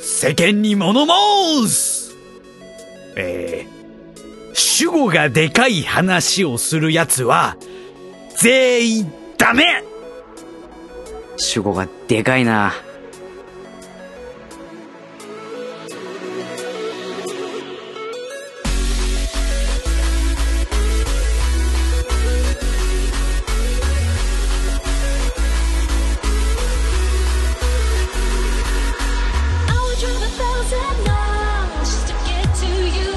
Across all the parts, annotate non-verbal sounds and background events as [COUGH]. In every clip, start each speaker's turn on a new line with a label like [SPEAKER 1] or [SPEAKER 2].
[SPEAKER 1] 世間に物申すえー、主語がでかい話をする奴は、全員ダメ
[SPEAKER 2] 主語がでかいな。
[SPEAKER 3] I would drop a thousand miles just to get to you.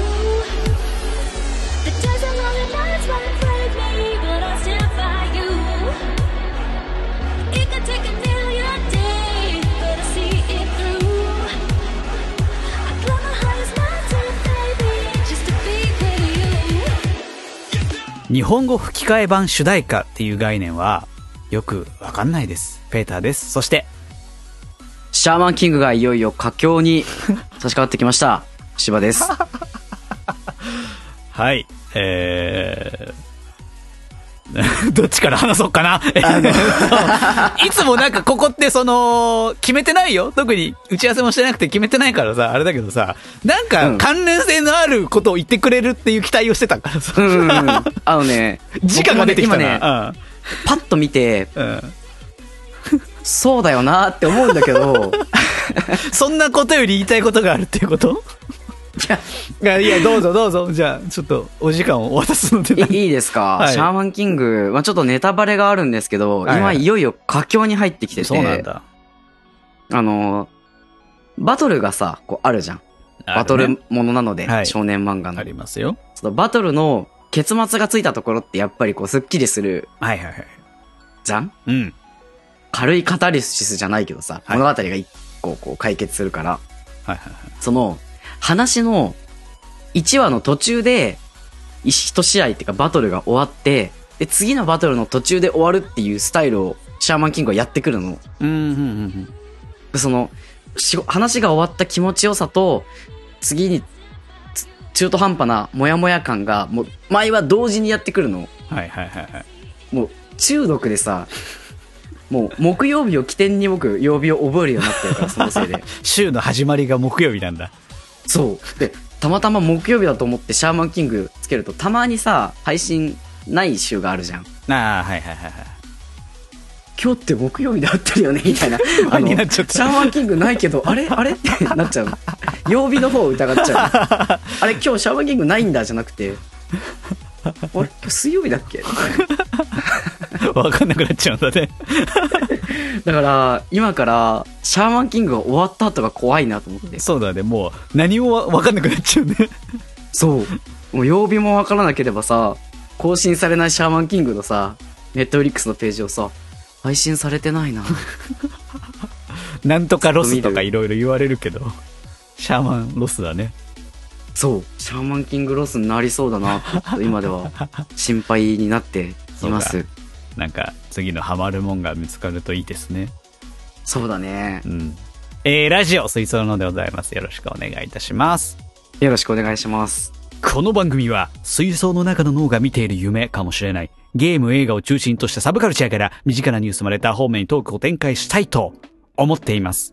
[SPEAKER 3] The days and lonely nights might break me, but I'll stand by you. It could take a million days, but I see it through. I climb the highest mountain, baby, just to be with you.
[SPEAKER 1] 日本語吹き替え版主題歌っていう概念は、よくわかんないです。ペーターです。そして、
[SPEAKER 2] シャーマンキングがいよいよ佳
[SPEAKER 1] [LAUGHS]
[SPEAKER 2] 境に差し掛かってきました。芝です。
[SPEAKER 1] はい、えー、 [LAUGHS] どっちから話そうかな。 [LAUGHS] いつもなんかここってその、決めてないよ。特に打ち合わせもしてなくて決めてないからさ、あれだけどさ、なん
[SPEAKER 2] う
[SPEAKER 1] か
[SPEAKER 2] ん
[SPEAKER 1] 関連性のあることを言ってくれるっていう期待をしてたから
[SPEAKER 2] う
[SPEAKER 1] さ、
[SPEAKER 2] んうんうん。あのね、
[SPEAKER 1] [LAUGHS] 時間が出てきた
[SPEAKER 2] 僕もね今
[SPEAKER 1] な。
[SPEAKER 2] ね、パッと見て、
[SPEAKER 1] うんうん
[SPEAKER 2] そうだよなって思うんだ
[SPEAKER 1] [LAUGHS]
[SPEAKER 2] けど、
[SPEAKER 1] そんなことより言いたいことがあるっていうこといや、いや、どうぞどうぞ。じゃあ、ちょっとお時間をお渡すので。
[SPEAKER 2] いいいですか、
[SPEAKER 1] はい
[SPEAKER 2] シャーマンキング、まあちょっとネタバレがあるんですけど、
[SPEAKER 1] はいはい
[SPEAKER 2] 今いよいよ佳境に入ってきてて、
[SPEAKER 1] そうなんだ。
[SPEAKER 2] あの、バトルがさ、こうあるじゃん。バト
[SPEAKER 1] あるね
[SPEAKER 2] ルものなので、
[SPEAKER 1] はい
[SPEAKER 2] 少年漫画の
[SPEAKER 1] あ。りますよ。
[SPEAKER 2] そのバトルの結末がついたところってやっぱりこうスッキリする
[SPEAKER 1] はいはいはい。
[SPEAKER 2] じゃん
[SPEAKER 1] うん。
[SPEAKER 2] 軽いカタルシスじゃないけどさ、
[SPEAKER 1] はい
[SPEAKER 2] 物語が一個こう解決するから、
[SPEAKER 1] はいはい。
[SPEAKER 2] その話の1話の途中で、一試合っていうかバトルが終わって、で、次のバトルの途中で終わるっていうスタイルをシャーマンキングはやってくるの。
[SPEAKER 1] うんうんうん
[SPEAKER 2] その、し話が終わった気持ちよさと、次につ中途半端なモヤモヤ感が、もう前は同時にやってくるの。
[SPEAKER 1] うん。はいはいはいはい。
[SPEAKER 2] もう中毒でさ、もう木曜日を起点に僕、曜日を覚えるようになってるから、そのせいで。
[SPEAKER 1] 週の始まりが木曜日なんだ。
[SPEAKER 2] そう。で、たまたま木曜日だと思ってシャーマンキングつけると、たまにさ、配信ない週があるじゃん。
[SPEAKER 1] ああ、はいはいはいはい。
[SPEAKER 2] 今日って木曜日で合ってるよねみた
[SPEAKER 1] [LAUGHS]
[SPEAKER 2] いな。
[SPEAKER 1] 不安になっちゃった
[SPEAKER 2] シャーマンキングないけど、あれあれってなっちゃうの。曜日の方を疑っ
[SPEAKER 1] [LAUGHS]
[SPEAKER 2] ちゃうの。あれ今日シャーマンキングないんだじゃなくて、あれ今日水曜日だっけみたいな
[SPEAKER 1] わかんなくなっちゃうんだね。
[SPEAKER 2] だから、今から、シャーマンキングが終わった後が怖いなと思って。
[SPEAKER 1] そうだね、もう何もわわかんなくなっちゃうね。
[SPEAKER 2] そう。もう曜日もわからなければさ、更新されないシャーマンキングのさ、ネットフリックスのページをさ、配信されてない
[SPEAKER 1] [LAUGHS]
[SPEAKER 2] な。
[SPEAKER 1] なんとかロスとかいろいろ言われるけど。シャーマンロスだね。
[SPEAKER 2] そう。シャーマンキングロスになりそうだな、ちょっと今では心配になっています。
[SPEAKER 1] なんか、次のハマるもんが見つかるといいですね。
[SPEAKER 2] そうだね
[SPEAKER 1] う。ん。えー、ラジオ、水槽のでございます。よろしくお願いいたします。
[SPEAKER 2] よろしくお願いします。
[SPEAKER 1] この番組は水槽の中の脳が見ている夢かもしれないゲーム映画を中心としたサブカルチャーから身近なニュースまで他方面にトークを展開したいと思っています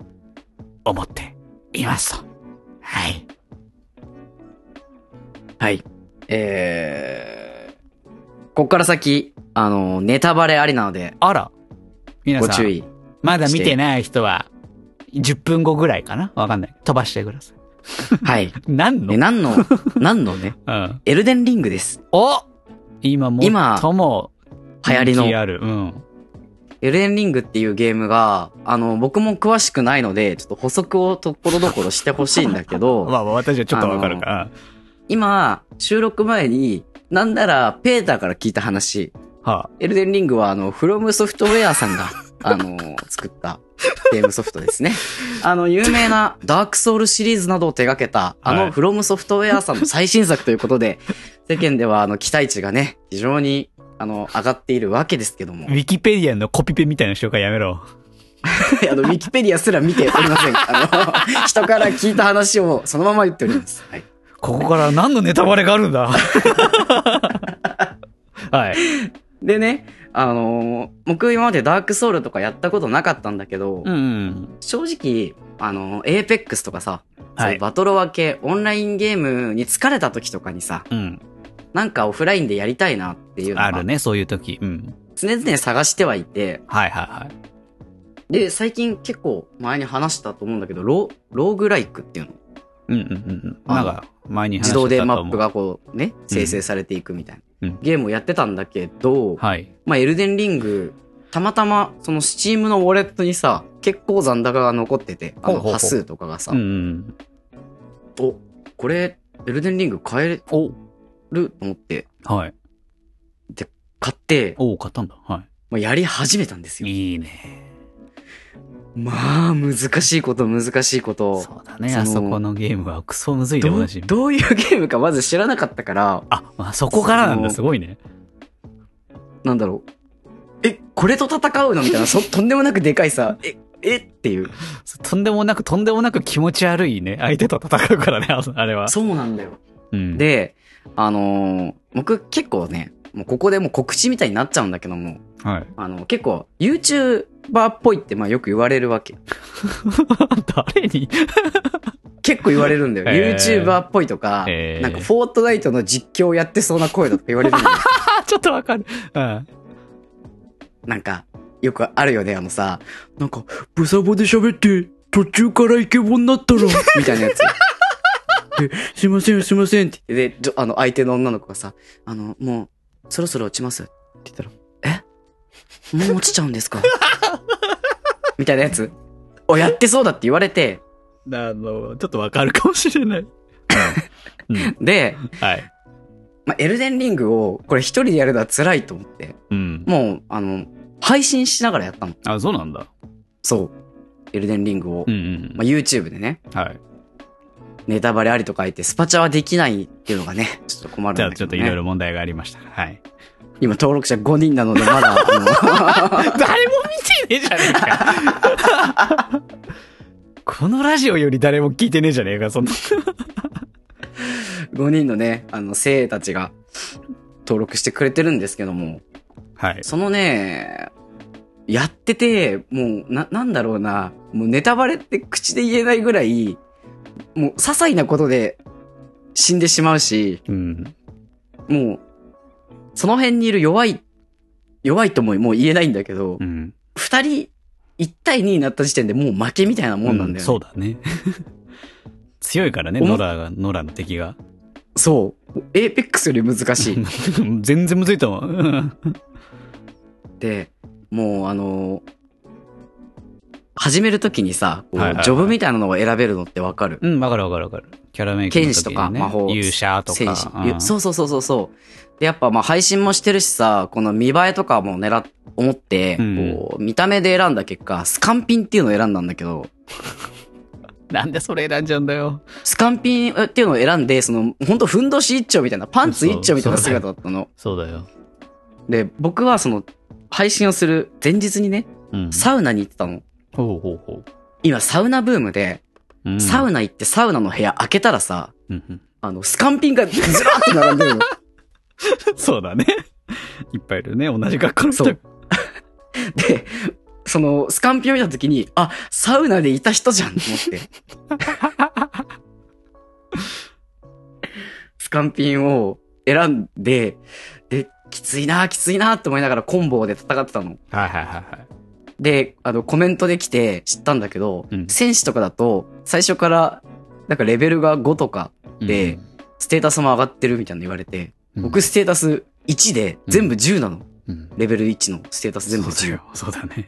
[SPEAKER 1] 思っていますとはい
[SPEAKER 2] はい。えー、こっから先、あの、ネタバレありなので、
[SPEAKER 1] あら皆
[SPEAKER 2] ご
[SPEAKER 1] さ
[SPEAKER 2] 注
[SPEAKER 1] ん
[SPEAKER 2] 意。
[SPEAKER 1] まだ見てない人は10分後ぐらいかなわかんない飛ばしてくださ
[SPEAKER 2] はい。
[SPEAKER 1] い何の、
[SPEAKER 2] で、
[SPEAKER 1] [LAUGHS]
[SPEAKER 2] 何の、何のね、
[SPEAKER 1] うん、
[SPEAKER 2] エルデンリングです。
[SPEAKER 1] お今も
[SPEAKER 2] 今
[SPEAKER 1] とも
[SPEAKER 2] 流行りの
[SPEAKER 1] 人気あるうん
[SPEAKER 2] エルデンリングっていうゲームが、あの、僕も詳しくないので、ちょっと補足をところどころしてほしいんだ
[SPEAKER 1] [LAUGHS]
[SPEAKER 2] け
[SPEAKER 1] ま
[SPEAKER 2] ど、
[SPEAKER 1] あまあ私はちょっとわかるから
[SPEAKER 2] 今、収録前に、なんなら、ペーターから聞いた話、
[SPEAKER 1] は
[SPEAKER 2] エルデンリングは、あの、フロムソフトウェア
[SPEAKER 1] [LAUGHS]
[SPEAKER 2] さんが、あの、作ったゲームソフトですね。あの、有名なダークソウルシリーズなどを手掛けた、あ
[SPEAKER 1] はい
[SPEAKER 2] の、フロムソフトウェアさんの最新作ということで、世間では、あの、期待値がね、非常に、あの、上がっているわけですけども
[SPEAKER 1] あウ。ィキペディアのコピペみたいな紹介やめろ [LAUGHS]
[SPEAKER 2] あの、ウィキペディアすら見ておりません。あの、人から聞いた話をそのまま言っております。はい。
[SPEAKER 1] ここから [LAUGHS] 何のネタバレがあるんだはい。
[SPEAKER 2] でね、あのー僕今までダークソウルとかやったことなかったんだけど、
[SPEAKER 1] うんうん。
[SPEAKER 2] 正直、あのー、エーペックスとかさ、
[SPEAKER 1] は
[SPEAKER 2] そう
[SPEAKER 1] い
[SPEAKER 2] いう。バトロワ系、オンラインゲームに疲れた時とかにさ、
[SPEAKER 1] うん。
[SPEAKER 2] なんかオフラインでやりたいなっていうの
[SPEAKER 1] あ
[SPEAKER 2] が
[SPEAKER 1] るね、そういう時。うん。
[SPEAKER 2] 常々探してはいて、
[SPEAKER 1] はいはいはい。
[SPEAKER 2] で、最近結構前に話したと思うんだけど、ロー、ローグライクっていうの。
[SPEAKER 1] うんうんうんうん。
[SPEAKER 2] あ
[SPEAKER 1] なん
[SPEAKER 2] の
[SPEAKER 1] か、前に話した
[SPEAKER 2] 自
[SPEAKER 1] と思
[SPEAKER 2] 動
[SPEAKER 1] う
[SPEAKER 2] でマップ。がこうね、
[SPEAKER 1] うん
[SPEAKER 2] 生成されていくみたいな、
[SPEAKER 1] うん
[SPEAKER 2] ゲームをやってたんだけど、
[SPEAKER 1] はい。
[SPEAKER 2] まあエルデンリング、たまたまそのスチームのウォレットにさ、結構残高が残ってて、あ
[SPEAKER 1] ほう
[SPEAKER 2] の
[SPEAKER 1] ほうほう
[SPEAKER 2] 端数とかがさ、
[SPEAKER 1] うんうん。
[SPEAKER 2] お、これ、エルデンリング買え
[SPEAKER 1] お
[SPEAKER 2] ると思って、
[SPEAKER 1] はい。
[SPEAKER 2] 買って、
[SPEAKER 1] おう買ったんだ。は
[SPEAKER 2] まあ、やり始めたんですよ。
[SPEAKER 1] い。いいね。
[SPEAKER 2] まあ、難しいこと、難しいこと。
[SPEAKER 1] そうだね。
[SPEAKER 2] その
[SPEAKER 1] あそこのゲームはクソむずいで
[SPEAKER 2] ど
[SPEAKER 1] お
[SPEAKER 2] う
[SPEAKER 1] なじみ。
[SPEAKER 2] どういうゲームかまず知らなかったから、
[SPEAKER 1] あ、まあ、そこからなんだ。
[SPEAKER 2] その
[SPEAKER 1] すごいね。
[SPEAKER 2] なんだろう。え、これと戦うのみたいな、そ、 [LAUGHS] とんでもなくでかいさ、え、えっていう。
[SPEAKER 1] とんでもなく、とんでもなく気持ち悪いね。相手と戦うからね、ああれは。
[SPEAKER 2] そうなんだよ。
[SPEAKER 1] うん。
[SPEAKER 2] で、あのー僕結構ね、もうここでもう告知みたいになっちゃうんだけども、
[SPEAKER 1] はい。 [LAUGHS]
[SPEAKER 2] あの、結構 YouTuber っぽいってまあよく言われるわけ。
[SPEAKER 1] 誰に
[SPEAKER 2] 結構言われるんだ [LAUGHS] よ。
[SPEAKER 1] へー
[SPEAKER 2] YouTuber っぽいとか、
[SPEAKER 1] へー
[SPEAKER 2] なんかフォートナイトの実況やってそうな声だとか言わ [LAUGHS] れるんだよ。
[SPEAKER 1] あ、ちょっとわかる。うん。
[SPEAKER 2] なんか、よくあるよね、あのさ、なんか、ブサボで喋って、途中からイケボになったら、 [LAUGHS] みたいなやつ。ですいません、すいませんって。で、ちょあの、相手の女の子がさ、あの、もう、そろそろ落ちますって言ったら、えもう落ちちゃうんです [LAUGHS] かみたいなやつをやってそうだって言われて、
[SPEAKER 1] あの、ちょっとわかるかもしれない。うん。 [LAUGHS]
[SPEAKER 2] で、
[SPEAKER 1] はい。
[SPEAKER 2] まあ、エルデンリングを、これ一人でやるのは辛いと思って、
[SPEAKER 1] うん。
[SPEAKER 2] もう、あの、配信しながらやったの。
[SPEAKER 1] あ、そうなんだ。
[SPEAKER 2] そう。エルデンリングを、
[SPEAKER 1] うんうん
[SPEAKER 2] まあ、。YouTube でね。
[SPEAKER 1] はい。
[SPEAKER 2] ネタバレありとか言って、スパチャはできないっていうのがね、ちょっと困るん
[SPEAKER 1] じゃあ、
[SPEAKER 2] だけど、ね。
[SPEAKER 1] ちょっといろいろ問題がありました。はい。
[SPEAKER 2] 今登録者5人なので、まだ、あの
[SPEAKER 1] 誰も見てねえじゃねえか。このラジオより誰も聞いてねえじゃねえか、そんな。
[SPEAKER 2] 5人の [LAUGHS] ね、あの、生たちが登録してくれてるんですけども、
[SPEAKER 1] はい。
[SPEAKER 2] そのね、やってて、もう、な、なんだろうな、もうネタバレって口で言えないぐらい、もう、些細なことで死んでしまうし、
[SPEAKER 1] うん。
[SPEAKER 2] もう、その辺にいる弱い、弱いとももう言えないんだけど
[SPEAKER 1] う、ん。
[SPEAKER 2] 二、人、一対二になった時点でもう負けみたいなもんなんだよね。
[SPEAKER 1] うそうだね。 [LAUGHS] 強いからね、
[SPEAKER 2] 思
[SPEAKER 1] ノ
[SPEAKER 2] っ
[SPEAKER 1] ラが、ノラの敵が。 [LAUGHS]
[SPEAKER 2] そう。エーペックスより難しい。
[SPEAKER 1] 全然むずいと思う。
[SPEAKER 2] で、もうあのー始めるときにさ、こう
[SPEAKER 1] はいはいはい
[SPEAKER 2] ジョブみたいなのを選べるのってわかる
[SPEAKER 1] うん、わかるわかるわかる。キャラメイクの時にね
[SPEAKER 2] 剣士とか魔法
[SPEAKER 1] 勇者と
[SPEAKER 2] 戦
[SPEAKER 1] か。
[SPEAKER 2] 士
[SPEAKER 1] うん
[SPEAKER 2] そうそうそうそうそう。で、やっぱまあ配信もしてるしさ、この見栄えとかも狙っ、思って、
[SPEAKER 1] うん
[SPEAKER 2] こう、見た目で選んだ結果、スカンピンっていうのを選んだんだけど、
[SPEAKER 1] なんでそれ選んじゃうんだよ。
[SPEAKER 2] スカンピンっていうのを選んで、その、ほんとふんどし一丁みたいな、パンツ一丁みたいな姿だったの。
[SPEAKER 1] そうだよ。
[SPEAKER 2] で、僕はその、配信をする前日にね、
[SPEAKER 1] うん。
[SPEAKER 2] サウナに行ってたの。
[SPEAKER 1] ほうほうほう。
[SPEAKER 2] 今サウナブームで、
[SPEAKER 1] うん
[SPEAKER 2] サウナ行ってサウナの部屋開けたらさ、
[SPEAKER 1] うんうん [LAUGHS]
[SPEAKER 2] あの、スカンピンがずらーって並んでるの。
[SPEAKER 1] そうだね。 [LAUGHS] いっぱいいるね。同じ学校の人。
[SPEAKER 2] そうで、その、スカンピンを見た時に、あ、サウナでいた人じゃんと思って。
[SPEAKER 1] [LAUGHS]
[SPEAKER 2] スカンピンを選んで、で、きついなーきついなーって思いながらコンボで戦ってたの。
[SPEAKER 1] はいはいはいはい。
[SPEAKER 2] で、あの、コメントで来て知ったんだけど、
[SPEAKER 1] うん
[SPEAKER 2] 戦士とかだと、最初から、なんかレベルが5とか、で
[SPEAKER 1] うん、
[SPEAKER 2] ステータスも上がってるみたいなの言われて、僕ステータス1で全部10なの。
[SPEAKER 1] うん、
[SPEAKER 2] レベル1のステータス全部
[SPEAKER 1] そうだ
[SPEAKER 2] 10。
[SPEAKER 1] よ。そうだね。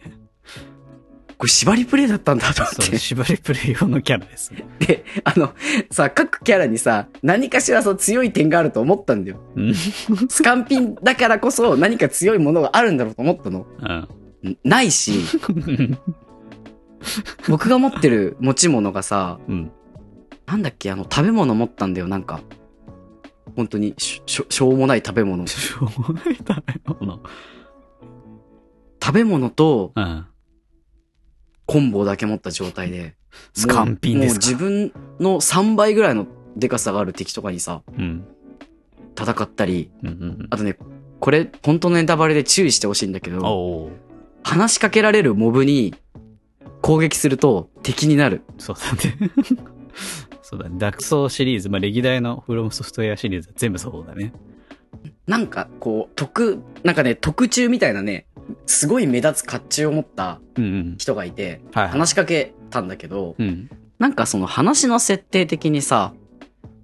[SPEAKER 2] これ縛りプレイだったんだと思
[SPEAKER 1] そ
[SPEAKER 2] っ
[SPEAKER 1] う、
[SPEAKER 2] て。
[SPEAKER 1] 縛りプレイ用のキャラです。
[SPEAKER 2] で、 [LAUGHS] あの、さ、各キャラにさ、何かしらさ、強い点があると思ったんだよ。
[SPEAKER 1] うん。
[SPEAKER 2] スカンピンだからこそ何か強いものがあるんだろうと思ったの。んないし、僕が持ってる持ち物がさ、
[SPEAKER 1] うん。
[SPEAKER 2] なんだっけ、あの、食べ物持ったんだよ、なんか。本当にしょ、しょ、しょうもない食べ物。
[SPEAKER 1] しょうもない食べ物。
[SPEAKER 2] 食べ物と
[SPEAKER 1] うん。
[SPEAKER 2] コンボだけ持った状態で。
[SPEAKER 1] スカンピンですか
[SPEAKER 2] もうもう自分の3倍ぐらいのデカさがある敵とかにさ、
[SPEAKER 1] うん。
[SPEAKER 2] 戦ったり、
[SPEAKER 1] うんうんうん
[SPEAKER 2] あとね、これ、本当のネタバレで注意してほしいんだけど、
[SPEAKER 1] おお。
[SPEAKER 2] 話しかけられるモブに攻撃すると敵になる。
[SPEAKER 1] そうだね。 [LAUGHS] そうだね。ダクソーシリーズ、まあ、歴代のフロムソフトウェアシリーズは全部そうだね。
[SPEAKER 2] なんか、こう、特、なんかね、特注みたいなね、すごい目立つ甲冑を持った
[SPEAKER 1] うんうん。
[SPEAKER 2] 人がいて、
[SPEAKER 1] はい、はい。
[SPEAKER 2] 話しかけたんだけど、
[SPEAKER 1] うん。
[SPEAKER 2] なんかその話の設定的にさ、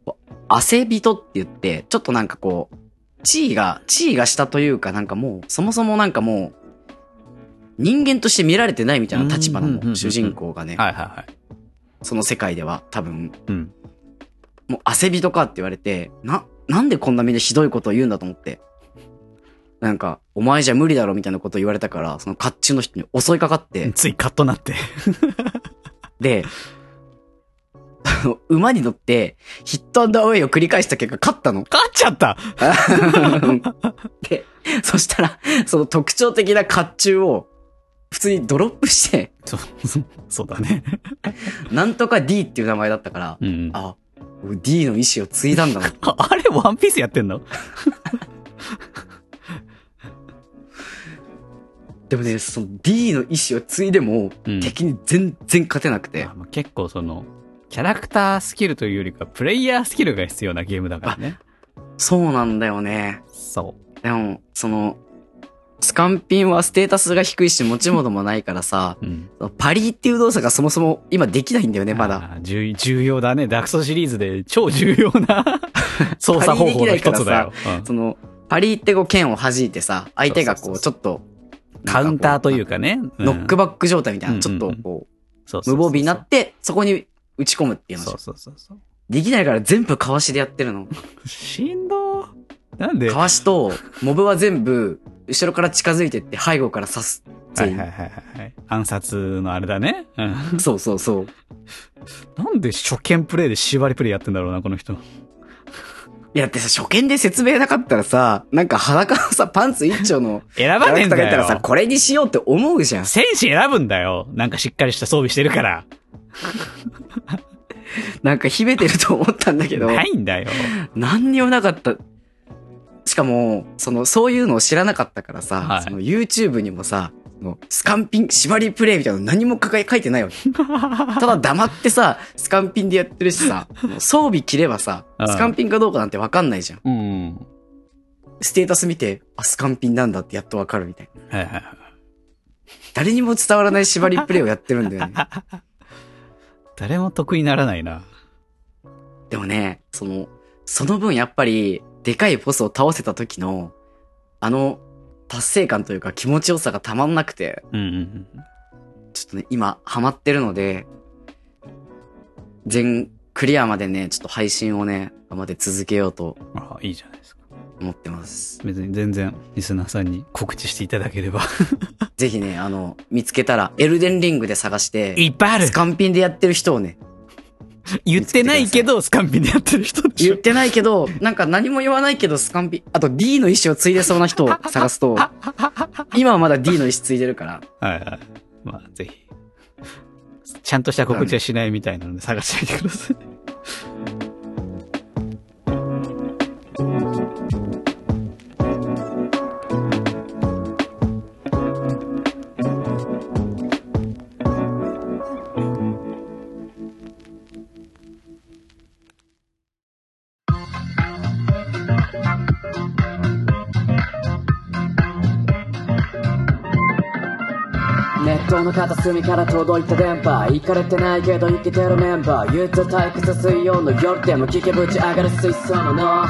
[SPEAKER 2] こう汗人って言って、ちょっとなんかこう、地位が、地位が下というか、なんかもう、そもそもなんかもう、人間として見られてないみたいな立場な
[SPEAKER 1] うんうんうんう
[SPEAKER 2] の、
[SPEAKER 1] ん
[SPEAKER 2] 主人公がね、
[SPEAKER 1] はいはいはい。
[SPEAKER 2] その世界では多分、
[SPEAKER 1] うん。
[SPEAKER 2] もう汗人かって言われて、な、なんでこんなみんなひどいことを言うんだと思って。なんか、お前じゃ無理だろみたいなことを言われたから、その甲冑の人に襲いかかって、
[SPEAKER 1] ついカッとなって。
[SPEAKER 2] で、 [LAUGHS] あの馬に乗って、ヒットアンダーウェイを繰り返した結果、勝ったの。
[SPEAKER 1] [LAUGHS] [LAUGHS] 勝っちゃった
[SPEAKER 2] で、そしたら、その特徴的な甲冑を、普通にドロップして、
[SPEAKER 1] そう、そうそうだね。
[SPEAKER 2] なんとか D っていう名前だったから、
[SPEAKER 1] うん。あ
[SPEAKER 2] あ、俺 D の意思を継いだんだな。
[SPEAKER 1] あれ、ワンピースやってんの
[SPEAKER 2] でもね、その D の意思を継いでも、
[SPEAKER 1] うん
[SPEAKER 2] 敵に全然勝てなくて
[SPEAKER 1] あ、まあ結構その、キャラクタースキルというよりか、プレイヤースキルが必要なゲームだからね。
[SPEAKER 2] そうなんだよね。
[SPEAKER 1] そう。
[SPEAKER 2] でも、その、スカンピンはステータスが低いし持ち物もないからさ、
[SPEAKER 1] うん。
[SPEAKER 2] パリっていう動作がそもそも今できないんだよね、まだ。
[SPEAKER 1] あー。重重要だね。ダクソシリーズで超重要 [LAUGHS] な操作方法の一つだよ。うん
[SPEAKER 2] その、パリってこう剣を弾いてさ、相手がこ
[SPEAKER 1] そう
[SPEAKER 2] う
[SPEAKER 1] そ
[SPEAKER 2] ちょっと、
[SPEAKER 1] カウンターという
[SPEAKER 2] か
[SPEAKER 1] かね。
[SPEAKER 2] こう、ノック
[SPEAKER 1] バ
[SPEAKER 2] バック状態みたい
[SPEAKER 1] うん
[SPEAKER 2] な、ちょっとこ
[SPEAKER 1] そう
[SPEAKER 2] う、
[SPEAKER 1] そうそうそう
[SPEAKER 2] 無防備になって、そこに打ち込むっていう
[SPEAKER 1] そ
[SPEAKER 2] の
[SPEAKER 1] う。そうそうそう。
[SPEAKER 2] できないから全部かわしでやってるの。
[SPEAKER 1] しんどーなんで
[SPEAKER 2] かわしと、モブは全部、後ろから近づいてって背後から刺す。
[SPEAKER 1] はいはいはいはい。暗殺のあれだね。うん。
[SPEAKER 2] そうそうそう。
[SPEAKER 1] なんで初見プレイで縛りプレイやってんだろうな、この人。
[SPEAKER 2] いや、だってさ、初見で説明なかったらさ、なんか裸のさ、パンツ一
[SPEAKER 1] [LAUGHS]
[SPEAKER 2] 丁の、
[SPEAKER 1] 選
[SPEAKER 2] キャ
[SPEAKER 1] ば
[SPEAKER 2] ラ
[SPEAKER 1] ねえ
[SPEAKER 2] ク
[SPEAKER 1] ん
[SPEAKER 2] ターがい
[SPEAKER 1] だ
[SPEAKER 2] たらさ、
[SPEAKER 1] よ。
[SPEAKER 2] これにしようって思
[SPEAKER 1] [LAUGHS]
[SPEAKER 2] うじゃん。
[SPEAKER 1] 戦士選ぶんだよ。なんかしっかりした装備してる [LAUGHS] から。
[SPEAKER 2] なんか秘めてると思ったんだけど。
[SPEAKER 1] ないんだよ。
[SPEAKER 2] 何にもなかった。しかも、その、そういうのを知らなかったからさ、
[SPEAKER 1] はい
[SPEAKER 2] その YouTube にもさ、そのスカンピン、縛りプレイみたいなの何も書か書いてないわけ。ただ黙ってさ、スカンピンでやってる
[SPEAKER 1] [LAUGHS]
[SPEAKER 2] しさ、装備着ればさ
[SPEAKER 1] う、ん
[SPEAKER 2] スカンピンかどうかなんてわかんないじゃん。
[SPEAKER 1] うん。
[SPEAKER 2] ステータス見て、あ、スカンピンなんだってやっとわかるみたいな。
[SPEAKER 1] はいはいはい。
[SPEAKER 2] 誰にも伝わらない縛りプレイをやってるんだよね。
[SPEAKER 1] [LAUGHS] 誰も得にならないな。
[SPEAKER 2] でもね、その、その分やっぱり、でかいボスを倒せた時の、あの、達成感というか気持ちよさがたまんなくて、
[SPEAKER 1] うんうん
[SPEAKER 2] ちょっとね、今、ハマってるので、全クリアまでね、ちょっと配信をね、頑張って続けようと
[SPEAKER 1] うん。ああ、いいじゃないですか。
[SPEAKER 2] 思ってます。
[SPEAKER 1] 別に全然、リスナーさんに告知していただければ。
[SPEAKER 2] ぜひね、あの、見つけたら、エルデンリングで探して、
[SPEAKER 1] いっぱいある
[SPEAKER 2] スカンピンでやってる人をね、
[SPEAKER 1] 言ってないけど、スカンピンでやってる人でし
[SPEAKER 2] 言
[SPEAKER 1] ょ
[SPEAKER 2] っ。てないけど、なんか何も言わないけど、スカンピン、あと D の意思を継いでそうな
[SPEAKER 1] [LAUGHS]
[SPEAKER 2] 人を探すと、今はまだ D の意思継いでるから、
[SPEAKER 1] はいはい。まあ、ぜひ。ちゃんとした告知はしないみたいなので探してみてください。
[SPEAKER 4] ネットの片隅から届いた電波行かれてないけど生きてるメンバー言うと退屈水曜の夜でも聞けぶち上がる水槽のの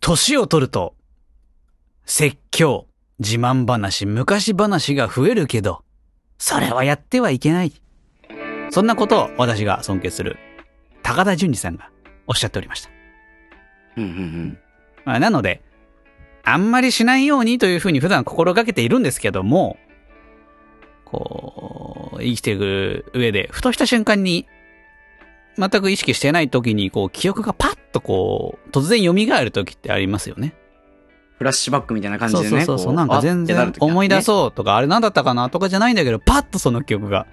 [SPEAKER 1] 年を取ると、説教、自慢話、昔話が増えるけど、それはやってはいけない。そんなことを私が尊敬する、高田純二さんがおっしゃっておりました。
[SPEAKER 2] うんうんうん。
[SPEAKER 1] まあ、なので、あんまりしないようにというふうに普段心がけているんですけども、こう、生きていく上で、ふとした瞬間に、全く意識してない時に、こう、記憶がパッとこう、突然蘇る時ってありますよね。
[SPEAKER 2] フラッシュバックみたいな感じ
[SPEAKER 1] そ
[SPEAKER 2] で
[SPEAKER 1] う
[SPEAKER 2] ね。
[SPEAKER 1] そうそうそう、なんか全然思い出
[SPEAKER 2] う。
[SPEAKER 1] そうとか、あれなんだったかなとかじゃないんだけど、パッとその記憶が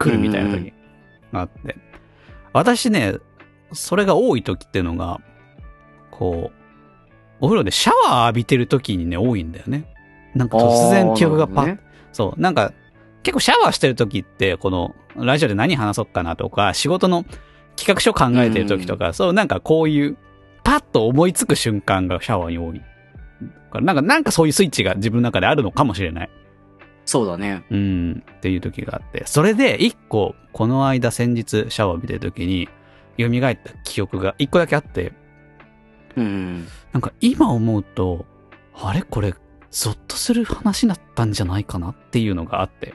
[SPEAKER 1] 来るみたいな
[SPEAKER 2] うんうん
[SPEAKER 1] 時があって。私ね、それが多い時っていうのが、こう、お風呂でシャワー浴びてる時にね、多いんだよね。なんか突然記憶がパッ、
[SPEAKER 2] あーなる
[SPEAKER 1] そう、なんか、結構シャワーしてる時って、この、ラジオで何話そうかなとか、仕事の企画書考えてる時とか、そう、なんかこういう、パッと思いつく瞬間がシャワーに多い。だからなんか、なんかそういうスイッチが自分の中であるのかもしれない。
[SPEAKER 2] そうだね。
[SPEAKER 1] うん、っていう時があって、それで一個、この間先日シャワー浴びてる時に、蘇った記憶が一個だけあって、
[SPEAKER 2] うん。
[SPEAKER 1] なんか今思うと、あれこれ、ゾッとする話だったんじゃないかなっていうのがあって、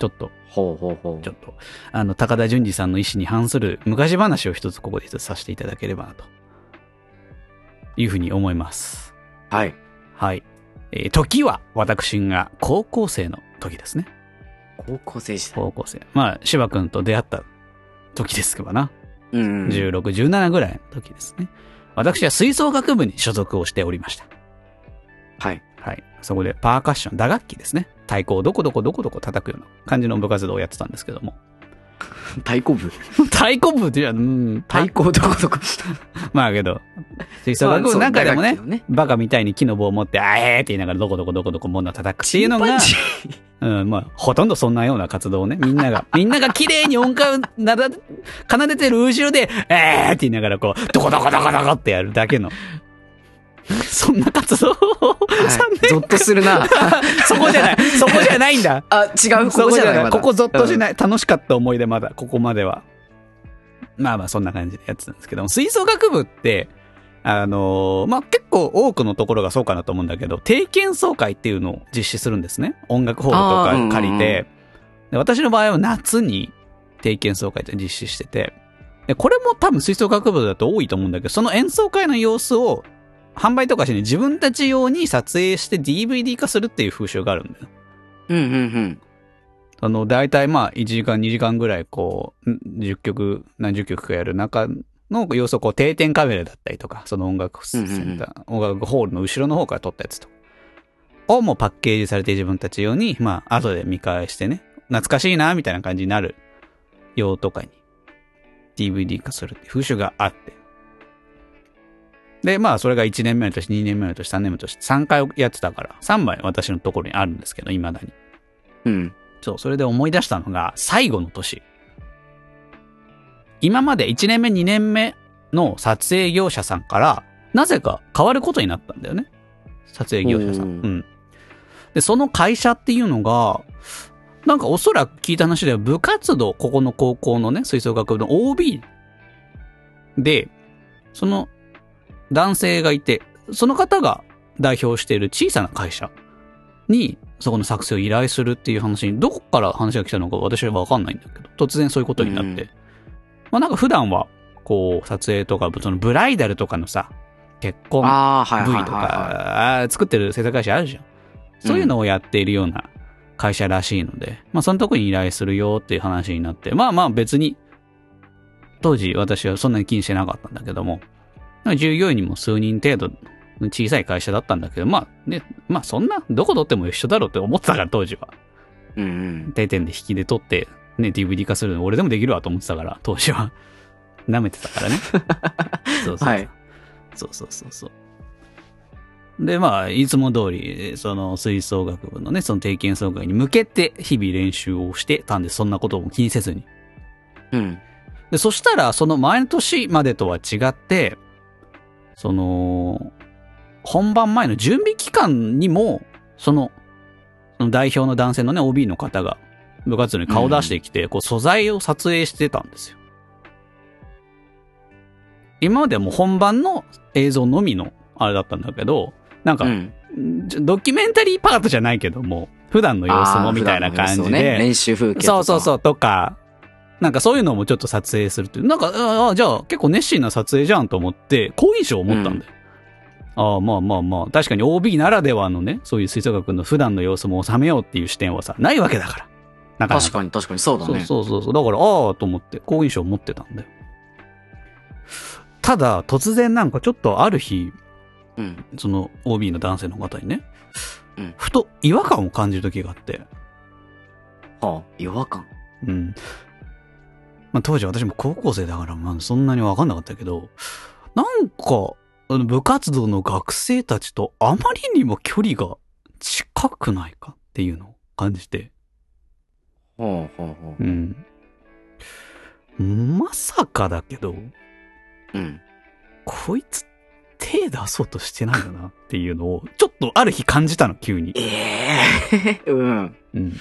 [SPEAKER 1] ちょっと、
[SPEAKER 2] ほうほうほ
[SPEAKER 1] ちょっと、あの、高田純次さんの意思に反する昔話を一つここで一つさせていただければなと、いうふうに思います。
[SPEAKER 2] う。はい。
[SPEAKER 1] はい。えー時は私が高校生の時ですね。
[SPEAKER 2] 高校生時代。
[SPEAKER 1] 高校生。まあ、芝君と出会った時ですけどな。
[SPEAKER 2] うん。
[SPEAKER 1] 16、17ぐらいの時ですね。私は吹奏楽部に所属をしておりました。
[SPEAKER 2] はい。
[SPEAKER 1] はい。そこでパーカッション、打楽器ですね。太鼓をどこどこどこどこ叩くような感じの部活動をやってたんですけども。 [LAUGHS]
[SPEAKER 2] 太鼓部。
[SPEAKER 1] 太鼓部っていうのは、うん、太
[SPEAKER 2] 太鼓どこどこ。
[SPEAKER 1] まあけど、吹奏楽部の中でもね、バカみたいに木の棒を持って、あえーって言いながらどこどこどこどこ物を叩くっていうの [LAUGHS] が、うん、まあ、ほとんどそんなような活動をね、みんなが、みんなが綺麗に音階をなだ、奏でてる後ろで、えーって言いながらこう、どこどこどこどこってやるだけの、そんな活動を、三年
[SPEAKER 2] ゾッとするな。
[SPEAKER 1] そこじゃない、そこじゃないんだ。
[SPEAKER 2] あ、違う、こ
[SPEAKER 1] そ
[SPEAKER 2] こ
[SPEAKER 1] こ
[SPEAKER 2] じ
[SPEAKER 1] じ
[SPEAKER 2] ゃ
[SPEAKER 1] ゃな
[SPEAKER 2] ない
[SPEAKER 1] い。
[SPEAKER 2] まだ。
[SPEAKER 1] ここゾッとし
[SPEAKER 2] い。
[SPEAKER 1] ない。楽しかった思い出まだ、ここまでは。まあまあ、そんな感じでやってたんですけども、吹奏楽部って、あのーまあ結構多くのところがそうかなと思うんだけど、定期演奏会っていうのを実施するんですね。音楽ホールとか借り
[SPEAKER 2] あーうんうんう
[SPEAKER 1] て。で私の場合は夏に定期演奏会って実施してて、でこれも多分吹奏楽部だと多いと思うんだけど、その演奏会の様子を販売とかしに自分たち用に撮影して DVD 化するっていう風習があるんだよ。
[SPEAKER 2] うんうんうん。
[SPEAKER 1] あの、大体まあ、1時間、2時間ぐらい、こう、ん10曲、何十曲かやる中の様子をこう、定点カメラだったりとか、その音楽センター、
[SPEAKER 2] うんうん
[SPEAKER 1] 音楽ホールの後ろの方から撮ったやつとか、をもうパッケージされて自分たち用に、まあ、後で見返してね、懐かしいな、みたいな感じになる用とかに、DVD 化するっていう風習があって。で、まあ、それが1年目の年、2年目の年、3年目の年、3回やってたから、3枚私のところにあるんですけど、未だに。
[SPEAKER 2] うん。
[SPEAKER 1] そう、それで思い出したのが、最後の年。今まで1年目、2年目の撮影業者さんから、なぜか変わることになったんだよね。撮影業者さん。
[SPEAKER 2] う
[SPEAKER 1] うんん。で、その会社っていうのが、なんかおそらく聞いた話では、部活動、ここの高校のね、吹奏楽部の OB で、その男性がいて、その方が代表している小さな会社に、そこの作成を依頼するっていう話に、どこから話が来たのか私はわかんないんだけど、突然そういうことになって。
[SPEAKER 2] うん
[SPEAKER 1] まあなんか普段は、こう、撮影とか、そのブライダルとかのさ、結婚
[SPEAKER 2] ああ、はいはい
[SPEAKER 1] V
[SPEAKER 2] はい
[SPEAKER 1] と
[SPEAKER 2] は
[SPEAKER 1] か、あー作ってる制作会社あるじゃん。そういうのをやっているような会社らしいので、まあそのとこに依頼するよっていう話になって、まあまあ別に、当時私はそんなに気にしてなかったんだけども、従業員にも数人程度の小さい会社だったんだけど、まあね、まあそんな、どこ取っても一緒だろうって思ってたから当時は。
[SPEAKER 2] い。うんうん。
[SPEAKER 1] 定点で引きで撮って、ね、DVD 化するの俺でもできるわと思ってたから、当時は。 [LAUGHS] 舐めてた
[SPEAKER 2] [LAUGHS]
[SPEAKER 1] からね。そうそうそう。
[SPEAKER 2] はい
[SPEAKER 1] そうそうそうそう。で、まあ、いつも通り、その、吹奏楽部のね、その定期演奏会に向けて、日々練習をしてたんで、そんなことも気にせずに。
[SPEAKER 2] うん。
[SPEAKER 1] で、そしたら、その前の年までとは違って、その、本番前の準備期間にも、その、その代表の男性のね、OB の方が、部活動に顔出してきて、こう、素材を撮影してたんですよ。今まではもう本番の映像のみの、あれだったんだけど、なんか、
[SPEAKER 2] うん。
[SPEAKER 1] ちょドキュメンタリーパートじゃないけども、普段の様子
[SPEAKER 2] あ
[SPEAKER 1] も
[SPEAKER 2] ー
[SPEAKER 1] みたいな感じ
[SPEAKER 2] 普段の様子を
[SPEAKER 1] で、
[SPEAKER 2] ね練習風景とか。
[SPEAKER 1] そうそうそう、とか、なんかそういうのもちょっと撮影するっていう。なんか、ああ、じゃあ結構熱心な撮影じゃんと思って、好印象を持ったんだよ。ああ、まあまあまあ、確かに OB ならではのね、そういう吹奏楽の普段の様子も収めようっていう視点はさ、ないわけだから。なかなか
[SPEAKER 2] 確かに確かに、そうだね。
[SPEAKER 1] そうそうそうそう。だから、ああ、と思って、好印象を持ってたんだよ。ただ、突然なんかちょっとある日、
[SPEAKER 2] うん。
[SPEAKER 1] その OB の男性の方にね、
[SPEAKER 2] うん
[SPEAKER 1] ふと違和感を感じる時があって、
[SPEAKER 2] はあ、違和感。
[SPEAKER 1] うん。まあ、当時私も高校生だから、まあ、そんなにわかんなかったけど、なんか、あの部活動の学生たちとあまりにも距離が近くないかっていうのを感じて。
[SPEAKER 2] ほうほうほ
[SPEAKER 1] うん。まさかだけど、
[SPEAKER 2] う。うん。
[SPEAKER 1] こいつ手出そうとしてないよなっていうのを、ちょっとある日感じたの、急に。
[SPEAKER 2] ええ [LAUGHS] うん。
[SPEAKER 1] うん。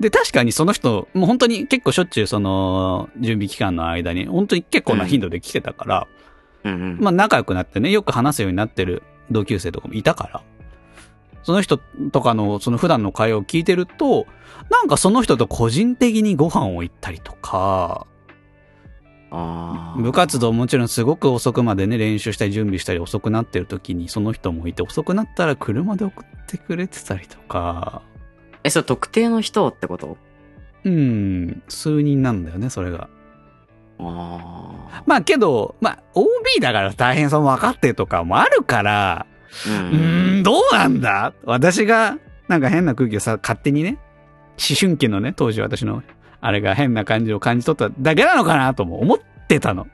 [SPEAKER 1] で、確かにその人、もう本当に結構しょっちゅうその、準備期間の間に、本当に結構な頻度で来てたから、
[SPEAKER 2] うんうん。
[SPEAKER 1] まあ仲良くなってね、よく話すようになってる同級生とかもいたから、その人とかの、その普段の会話を聞いてると、なんかその人と個人的にご飯を行ったりとか、
[SPEAKER 2] あー
[SPEAKER 1] 部活動もちろんすごく遅くまでね、練習したり準備したり遅くなってる時にその人もいて、遅くなったら車で送ってくれてたりとか、
[SPEAKER 2] え、それ特定の人ってこと
[SPEAKER 1] うん、数人なんだよね、それが。
[SPEAKER 2] あ
[SPEAKER 1] まあけど、まあ OB だから大変さも分かってとかもあるから、
[SPEAKER 2] あ。う
[SPEAKER 1] うんーん、どうなんだ私が、なんか変な空気をさ、勝手にね、思春期のね、当時私の、あれが変な感じを感じ取っただけなのかなとも思ってたの。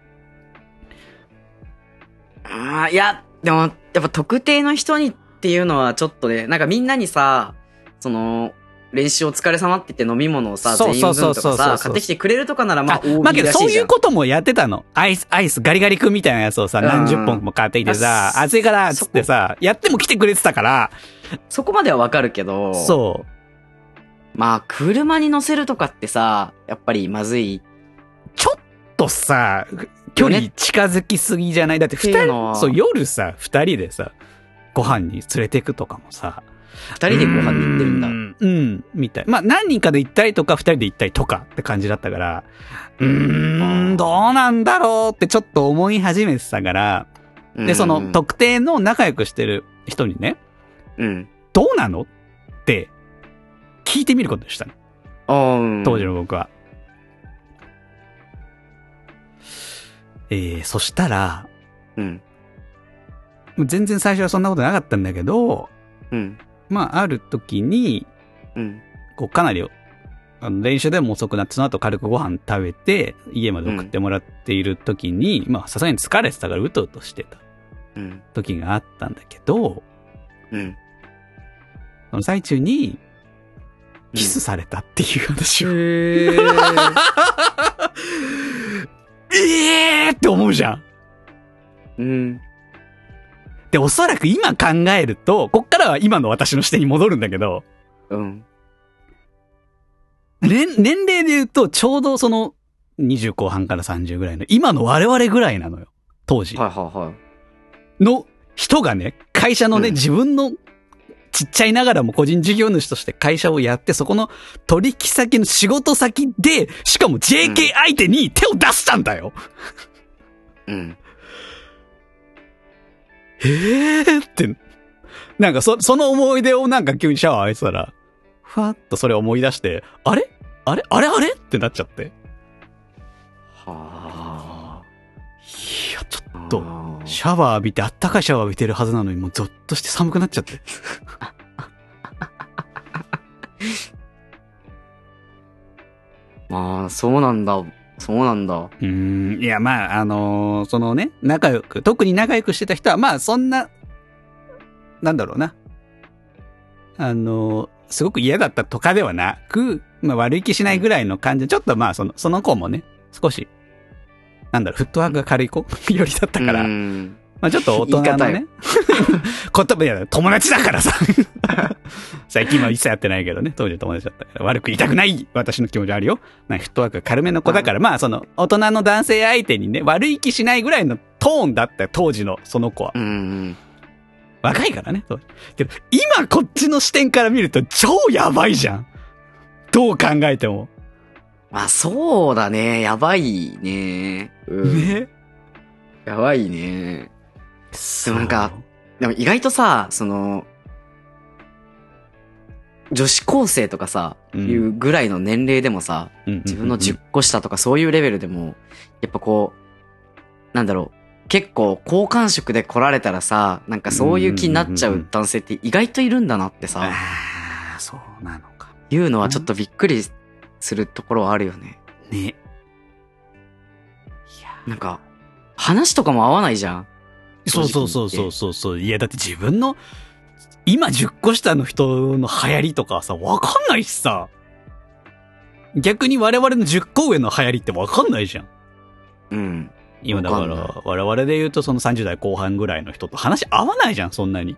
[SPEAKER 2] あーいや、でも、やっぱ特定の人にっていうのはちょっとね、なんかみんなにさ、その、練習お疲れ様って言って飲み物をさ、
[SPEAKER 1] そ
[SPEAKER 2] 全
[SPEAKER 1] う
[SPEAKER 2] 員
[SPEAKER 1] そう
[SPEAKER 2] 分
[SPEAKER 1] そう
[SPEAKER 2] と
[SPEAKER 1] そう
[SPEAKER 2] か
[SPEAKER 1] そう
[SPEAKER 2] さ、買ってきてくれるとかならまあ、
[SPEAKER 1] まあけど、そういう
[SPEAKER 2] と
[SPEAKER 1] こともやってたの。アイス、アイス、ガリガリ君みたいなやつをさ、
[SPEAKER 2] うん
[SPEAKER 1] 何十本も買ってきてさ、
[SPEAKER 2] あ
[SPEAKER 1] 暑いから、つってさ、やっても来てくれてたから、
[SPEAKER 2] そこまではわかるけど、
[SPEAKER 1] そう。
[SPEAKER 2] まあ、車に乗せるとかってさ、やっぱりまずい。
[SPEAKER 1] ちょっとさ、距離近づきすぎじゃないだって二
[SPEAKER 2] っていうの
[SPEAKER 1] 人、
[SPEAKER 2] は
[SPEAKER 1] そう、夜さ、二人でさ、ご飯に連れてくとかもさ、
[SPEAKER 2] 二人でご飯に行ってるんだ。
[SPEAKER 1] ううん、みたい。まあ、何人かで行ったりとか、二人で行ったりとかって感じだったから、うーん、どうなんだろうってちょっと思い始めてたから、
[SPEAKER 2] うん
[SPEAKER 1] で、その、特定の仲良くしてる人にね、
[SPEAKER 2] うん。
[SPEAKER 1] どうなのって、聞いてみることにしたの。
[SPEAKER 2] あーうん
[SPEAKER 1] 当時の僕は。えー、そしたら、
[SPEAKER 2] うん。
[SPEAKER 1] 全然最初はそんなことなかったんだけど、
[SPEAKER 2] うん。
[SPEAKER 1] まあ、ある時に、
[SPEAKER 2] うん。
[SPEAKER 1] こう、かなり、あの練習でも遅くなって、その後軽くご飯食べて、家まで送ってもらっている時に、まあ、さすがに疲れてたから、うとうとしてた
[SPEAKER 2] うん。
[SPEAKER 1] 時があったんだけど、
[SPEAKER 2] うん。
[SPEAKER 1] その最中に、キスされたっていう話を、
[SPEAKER 2] へ
[SPEAKER 1] えーって思うじゃん。
[SPEAKER 2] うん。
[SPEAKER 1] で、おそらく今考えると、こっからは今の私の視点に戻るんだけど、
[SPEAKER 2] うん。
[SPEAKER 1] 年、年齢で言うと、ちょうどその、20後半から30ぐらいの、今の我々ぐらいなのよ。当時
[SPEAKER 2] はい。はいはい。
[SPEAKER 1] の人がね、会社のね、
[SPEAKER 2] うん
[SPEAKER 1] 自分の、ちっちゃいながらも個人事業主として会社をやって、そこの取引先の仕事先で、しかも JK 相手に手を出したんだよ。
[SPEAKER 2] うん。
[SPEAKER 1] えーって、なんかそ、その思い出をなんか急にシャワー浴びてたら、ふわっとそれを思い出して、あれあれあれあれってなっちゃって。い
[SPEAKER 2] は
[SPEAKER 1] や、ちょ
[SPEAKER 2] あ。
[SPEAKER 1] っと、シャワー浴びて、あったかいシャワー浴びてるはずなのに、もうゾッとして寒くなっちゃって。
[SPEAKER 2] まあ、そうなんだ。そうなんだ。
[SPEAKER 1] うーん、いや、まあ、あのーそのね、仲良く、特に仲良くしてた人は、まあ、そんな、なんだろうな。あのーすごく嫌だったとかではなく、まあ、悪い気しないぐらいの感じで、ちょっとまあ、その、その子もね、少し、なんだろう、フットワークが軽い子 [LAUGHS] よりだったから、
[SPEAKER 2] うん。
[SPEAKER 1] まあ、ちょっと大人のね、言葉、いや、友達だからさ。 [LAUGHS] 最近は一切やってないけどね、当時は友達だったから、悪く言いたくない私の気持ちはあるよ。なんかフットワークが軽めの子だから、まあ、その、大人の男性相手にね、悪い気しないぐらいのトーンだったよ、当時のその子は
[SPEAKER 2] う。ん。
[SPEAKER 1] 若いからね、当時けど、今こっちの視点から見ると超やばいじゃん。どう考えても。
[SPEAKER 2] まあ、そうだね。やばいね。うん。
[SPEAKER 1] ね。
[SPEAKER 2] やばいね。
[SPEAKER 1] そう
[SPEAKER 2] なんかでも意外とさ、その、女子高生とかさ、
[SPEAKER 1] うん
[SPEAKER 2] いうぐらいの年齢でもさ、
[SPEAKER 1] うんうんうん
[SPEAKER 2] 自分の10個下とかそういうレベルでも、やっぱこう、なんだろう、結構好感触で来られたらさ、なんかそういう気になっちゃ
[SPEAKER 1] うんうんうん
[SPEAKER 2] う男性って意外といるんだなってさ、
[SPEAKER 1] ああ、そうなのか。
[SPEAKER 2] いうのはちょっとびっくりするところはあるよね。
[SPEAKER 1] ね。
[SPEAKER 2] なんか、話とかも合わないじゃん。
[SPEAKER 1] そうそうそうそうそうそう。いや、だって自分の、今10個下の人の流行りとかさ、わかんないしさ。逆に我々の10個上の流行りってわかんないじゃん。
[SPEAKER 2] うん。
[SPEAKER 1] 今だか、
[SPEAKER 2] わから
[SPEAKER 1] 我々で言うとその30代後半ぐらいの人と話合わないじゃん、そんなに。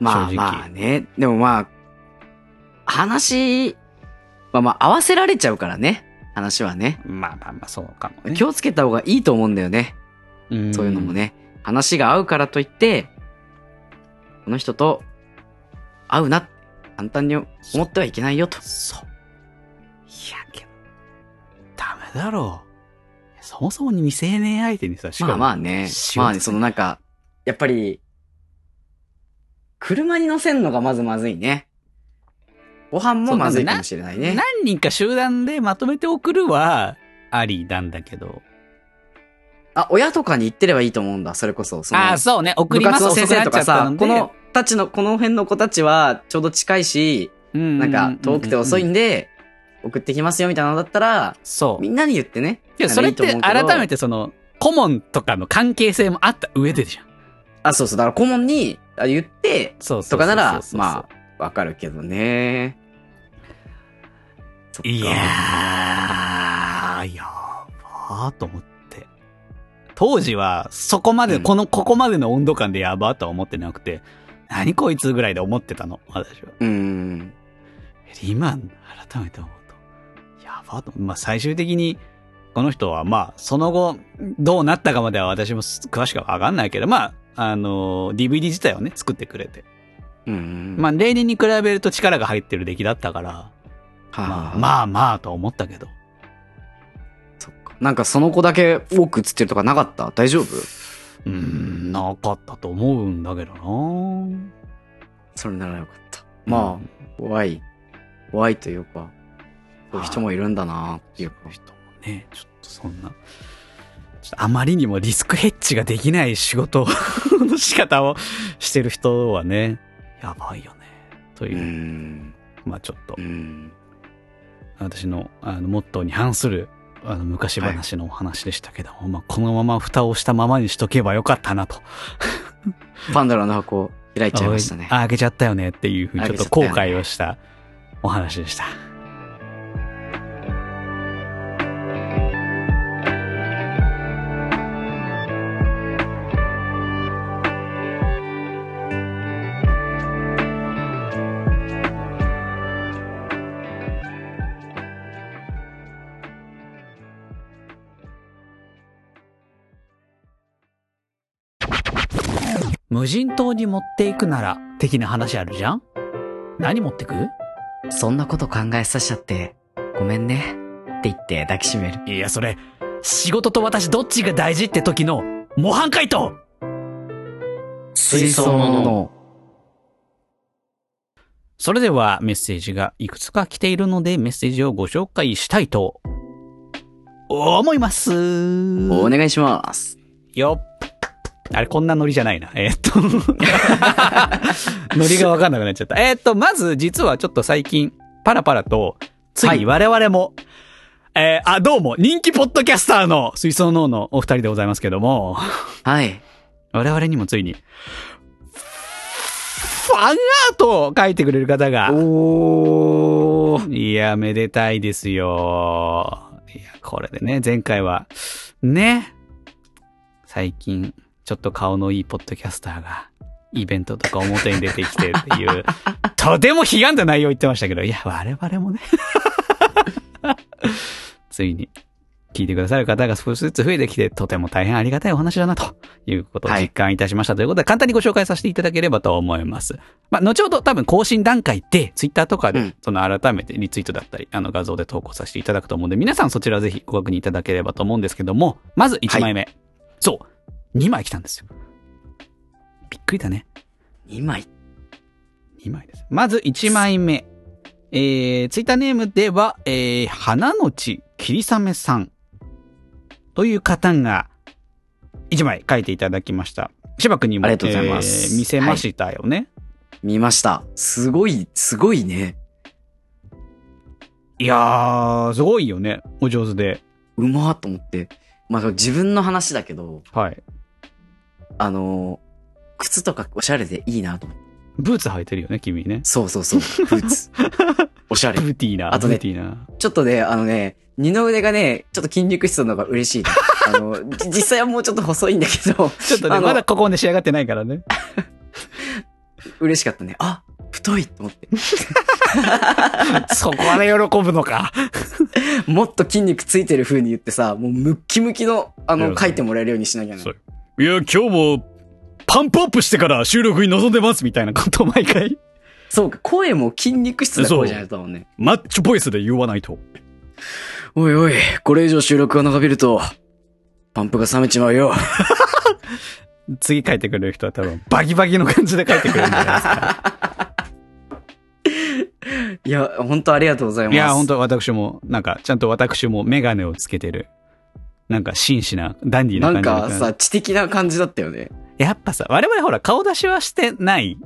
[SPEAKER 2] まあ
[SPEAKER 1] 正直
[SPEAKER 2] まあね。でもまあ、話、まあまあ合わせられちゃうからね。話はね。
[SPEAKER 1] まあまあまあ、そうかもね。
[SPEAKER 2] 気をつけた方がいいと思うんだよね。
[SPEAKER 1] ん
[SPEAKER 2] そういうのも。ね。話が合うからといって、この人と合うなって簡単に思ってはいけないよと。
[SPEAKER 1] そう。いや、けど、ダメだろう。そもそも未成年相手にさ、しか
[SPEAKER 2] まあ
[SPEAKER 1] も。
[SPEAKER 2] まあね
[SPEAKER 1] 仕。事
[SPEAKER 2] まあね、そのなんか、やっぱり、車に乗せんのがまずまずいね。ご飯もまずいかもしれないね。
[SPEAKER 1] 何人か集団でまとめて送るは、ありなんだけど。
[SPEAKER 2] あ、親とかに言ってればいいと思うんだ、それこそ。その
[SPEAKER 1] ああ、そうね。送
[SPEAKER 2] 部
[SPEAKER 1] りま
[SPEAKER 2] 活
[SPEAKER 1] す
[SPEAKER 2] の先生とかさ、こ
[SPEAKER 1] こ
[SPEAKER 2] の
[SPEAKER 1] の、
[SPEAKER 2] たちの、この辺の子たちはちょうど近いし、
[SPEAKER 1] な
[SPEAKER 2] なんか遠くて遅いんで、送ってきますよみたいなのだったら、
[SPEAKER 1] そう
[SPEAKER 2] み。んなに言ってね。
[SPEAKER 1] けどそれっ
[SPEAKER 2] な
[SPEAKER 1] て
[SPEAKER 2] んかいいと思うけ
[SPEAKER 1] 改
[SPEAKER 2] ど
[SPEAKER 1] め。てその、顧問とかの関係性もあった上でじゃん。
[SPEAKER 2] あ、そうそう。だから顧問にあ言って、
[SPEAKER 1] そう
[SPEAKER 2] とかなら、ま
[SPEAKER 1] あ。
[SPEAKER 2] あ、わかるけどね。そっか
[SPEAKER 1] いやー、やばーと思って。当時は、そこまで、
[SPEAKER 2] うん
[SPEAKER 1] この、ここまでの温度感でやばーとは思ってなくて、何こいつぐらいで思ってたの、私は。
[SPEAKER 2] うん。
[SPEAKER 1] 今、改めて思うと、やばと。まあ、最終的に、この人は、まあ、その後、どうなったかまでは私も詳しくはわかんないけど、まあ、あの、DVD 自体をね、作ってくれて。
[SPEAKER 2] うん。
[SPEAKER 1] まあ、例年に比べると力が入ってる出来だったから、
[SPEAKER 2] はあ
[SPEAKER 1] まあ、まあまあとは思ったけど。
[SPEAKER 2] そっか。なんかその子だけ多く映ってるとかなかった大丈夫
[SPEAKER 1] うーん、なかったと思うんだけどな
[SPEAKER 2] それならよかった。まあ、怖い。怖いというか、そういう人もいるんだなっていうか。
[SPEAKER 1] 人もね、ちょっとそんな、ちょっとあまりにもリスクヘッジができない仕事の仕方をしてる人はね、やばいよね。と
[SPEAKER 2] う
[SPEAKER 1] いう、
[SPEAKER 2] ん。
[SPEAKER 1] まあちょっと
[SPEAKER 2] う、ん。
[SPEAKER 1] 私のあのモットーに反する、あの、昔話のお話でしたけども、まあこのまま蓋をしたままにしとけばよかったなと。
[SPEAKER 2] パンドラの箱を開いちゃいましたね。
[SPEAKER 1] あ、開けちゃったよねっていうふうにちょっと後悔をしたお話でした。無人島に持っていくなら的な話あるじゃん何持ってく
[SPEAKER 2] そんなこと考えさせちゃって、ごめんね。って言って抱きしめる。
[SPEAKER 1] いや、それ、仕事と私どっちが大事って時の模範解答
[SPEAKER 2] 水槽の脳。
[SPEAKER 1] それではメッセージがいくつか来ているのでメッセージをご紹介したいと思います。
[SPEAKER 2] お願いします。
[SPEAKER 1] よっ。あれ、こんなノリじゃないな。えーっと。ノリがわかんなくなっちゃった。えーっと、まず、実はちょっと最近、パラパラと、ついに我々も、えーあ、どうも、人気ポッドキャスターの、水槽の脳のお二人でございますけども、
[SPEAKER 2] はい。
[SPEAKER 1] 我々にもついに、ファンアートを書いてくれる方が、
[SPEAKER 2] お
[SPEAKER 1] いや、めでたいですよ。いや、これでね、前回は、ね、最近、ちょっと顔のいいポッドキャスターが、イベントとか表に出てきてっていう、とても悲願な内容言ってましたけど、いや、我々もね、 [LAUGHS] ついに、聞いてくださる方が少しずつ増えてきて、とても大変ありがたいお話だな、ということを実感いたしました。ということで、簡単にご紹介させていただければと思います。まあ、後ほど多分更新段階で、ツイッターとか
[SPEAKER 2] う
[SPEAKER 1] で
[SPEAKER 2] ん、
[SPEAKER 1] その改めてリツイートだったり、あの画像で投稿させていただくと思うんで、皆さんそちらぜひご確認いただければと思うんですけども、まず1枚目。そう。2枚来たんですよ。びっくりだね。
[SPEAKER 2] 2枚。
[SPEAKER 1] 2枚です。まず1枚目。えー、ツイッターネームでは、えー、花のち霧雨さんという方が1枚書いていただきました。芝君にも
[SPEAKER 2] ありがとうございます
[SPEAKER 1] えー見せましたよね。
[SPEAKER 2] 見ました。すごい、すごいね。
[SPEAKER 1] い、やー、すごいよね。お上手で。
[SPEAKER 2] うまーと思って。まあ、自分の話だけど、
[SPEAKER 1] はい。
[SPEAKER 2] あのー靴とかおしゃれでいいなと思って。
[SPEAKER 1] ブーツ履いてるよね、君ね。
[SPEAKER 2] そうそうそう。ブー [LAUGHS] ツ。おしゃれ
[SPEAKER 1] ブ。ーティーな、
[SPEAKER 2] あとね
[SPEAKER 1] ブーティーな。
[SPEAKER 2] ちょっとね、あのね、二の腕がね、ちょっと筋肉質なのが嬉しいね。あの、じ実際はもうちょっと細いんだけ
[SPEAKER 1] ち
[SPEAKER 2] ど、
[SPEAKER 1] ょっと
[SPEAKER 2] あ
[SPEAKER 1] ね、
[SPEAKER 2] の
[SPEAKER 1] まだここまで仕上がってないから
[SPEAKER 2] [LAUGHS]
[SPEAKER 1] ね。
[SPEAKER 2] 嬉しかったね。あ、太いと思って。
[SPEAKER 1] そこまで喜ぶのか。
[SPEAKER 2] もっと筋肉ついてる風に言ってさ、もうムッキムキの、あ
[SPEAKER 1] いや
[SPEAKER 2] の、書いてもらえるようにしなきゃね
[SPEAKER 1] そ。ういや、今日も、パンプアップしてから収録に臨んでますみたいなことを毎回、
[SPEAKER 2] そうか、声も筋肉質な声じゃないとだもんね。
[SPEAKER 1] マッチョボイスで言わないと。
[SPEAKER 2] おいおい、これ以上収録が長引ると、パンプが冷めちまうよ。 [LAUGHS]
[SPEAKER 1] 次書いてくれる人は多分、バギバギの感じで書いてくれるんじゃないですか。
[SPEAKER 2] いや、本当ありがとうございます。
[SPEAKER 1] いや、本当私も、なんか、ちゃんと私もメガネをつけてる。なんか、紳士な、ダンディー
[SPEAKER 2] な
[SPEAKER 1] なん感じの
[SPEAKER 2] かさ、知的な感じだったよね。
[SPEAKER 1] やっぱさ、我々ほら、顔出しはしてない。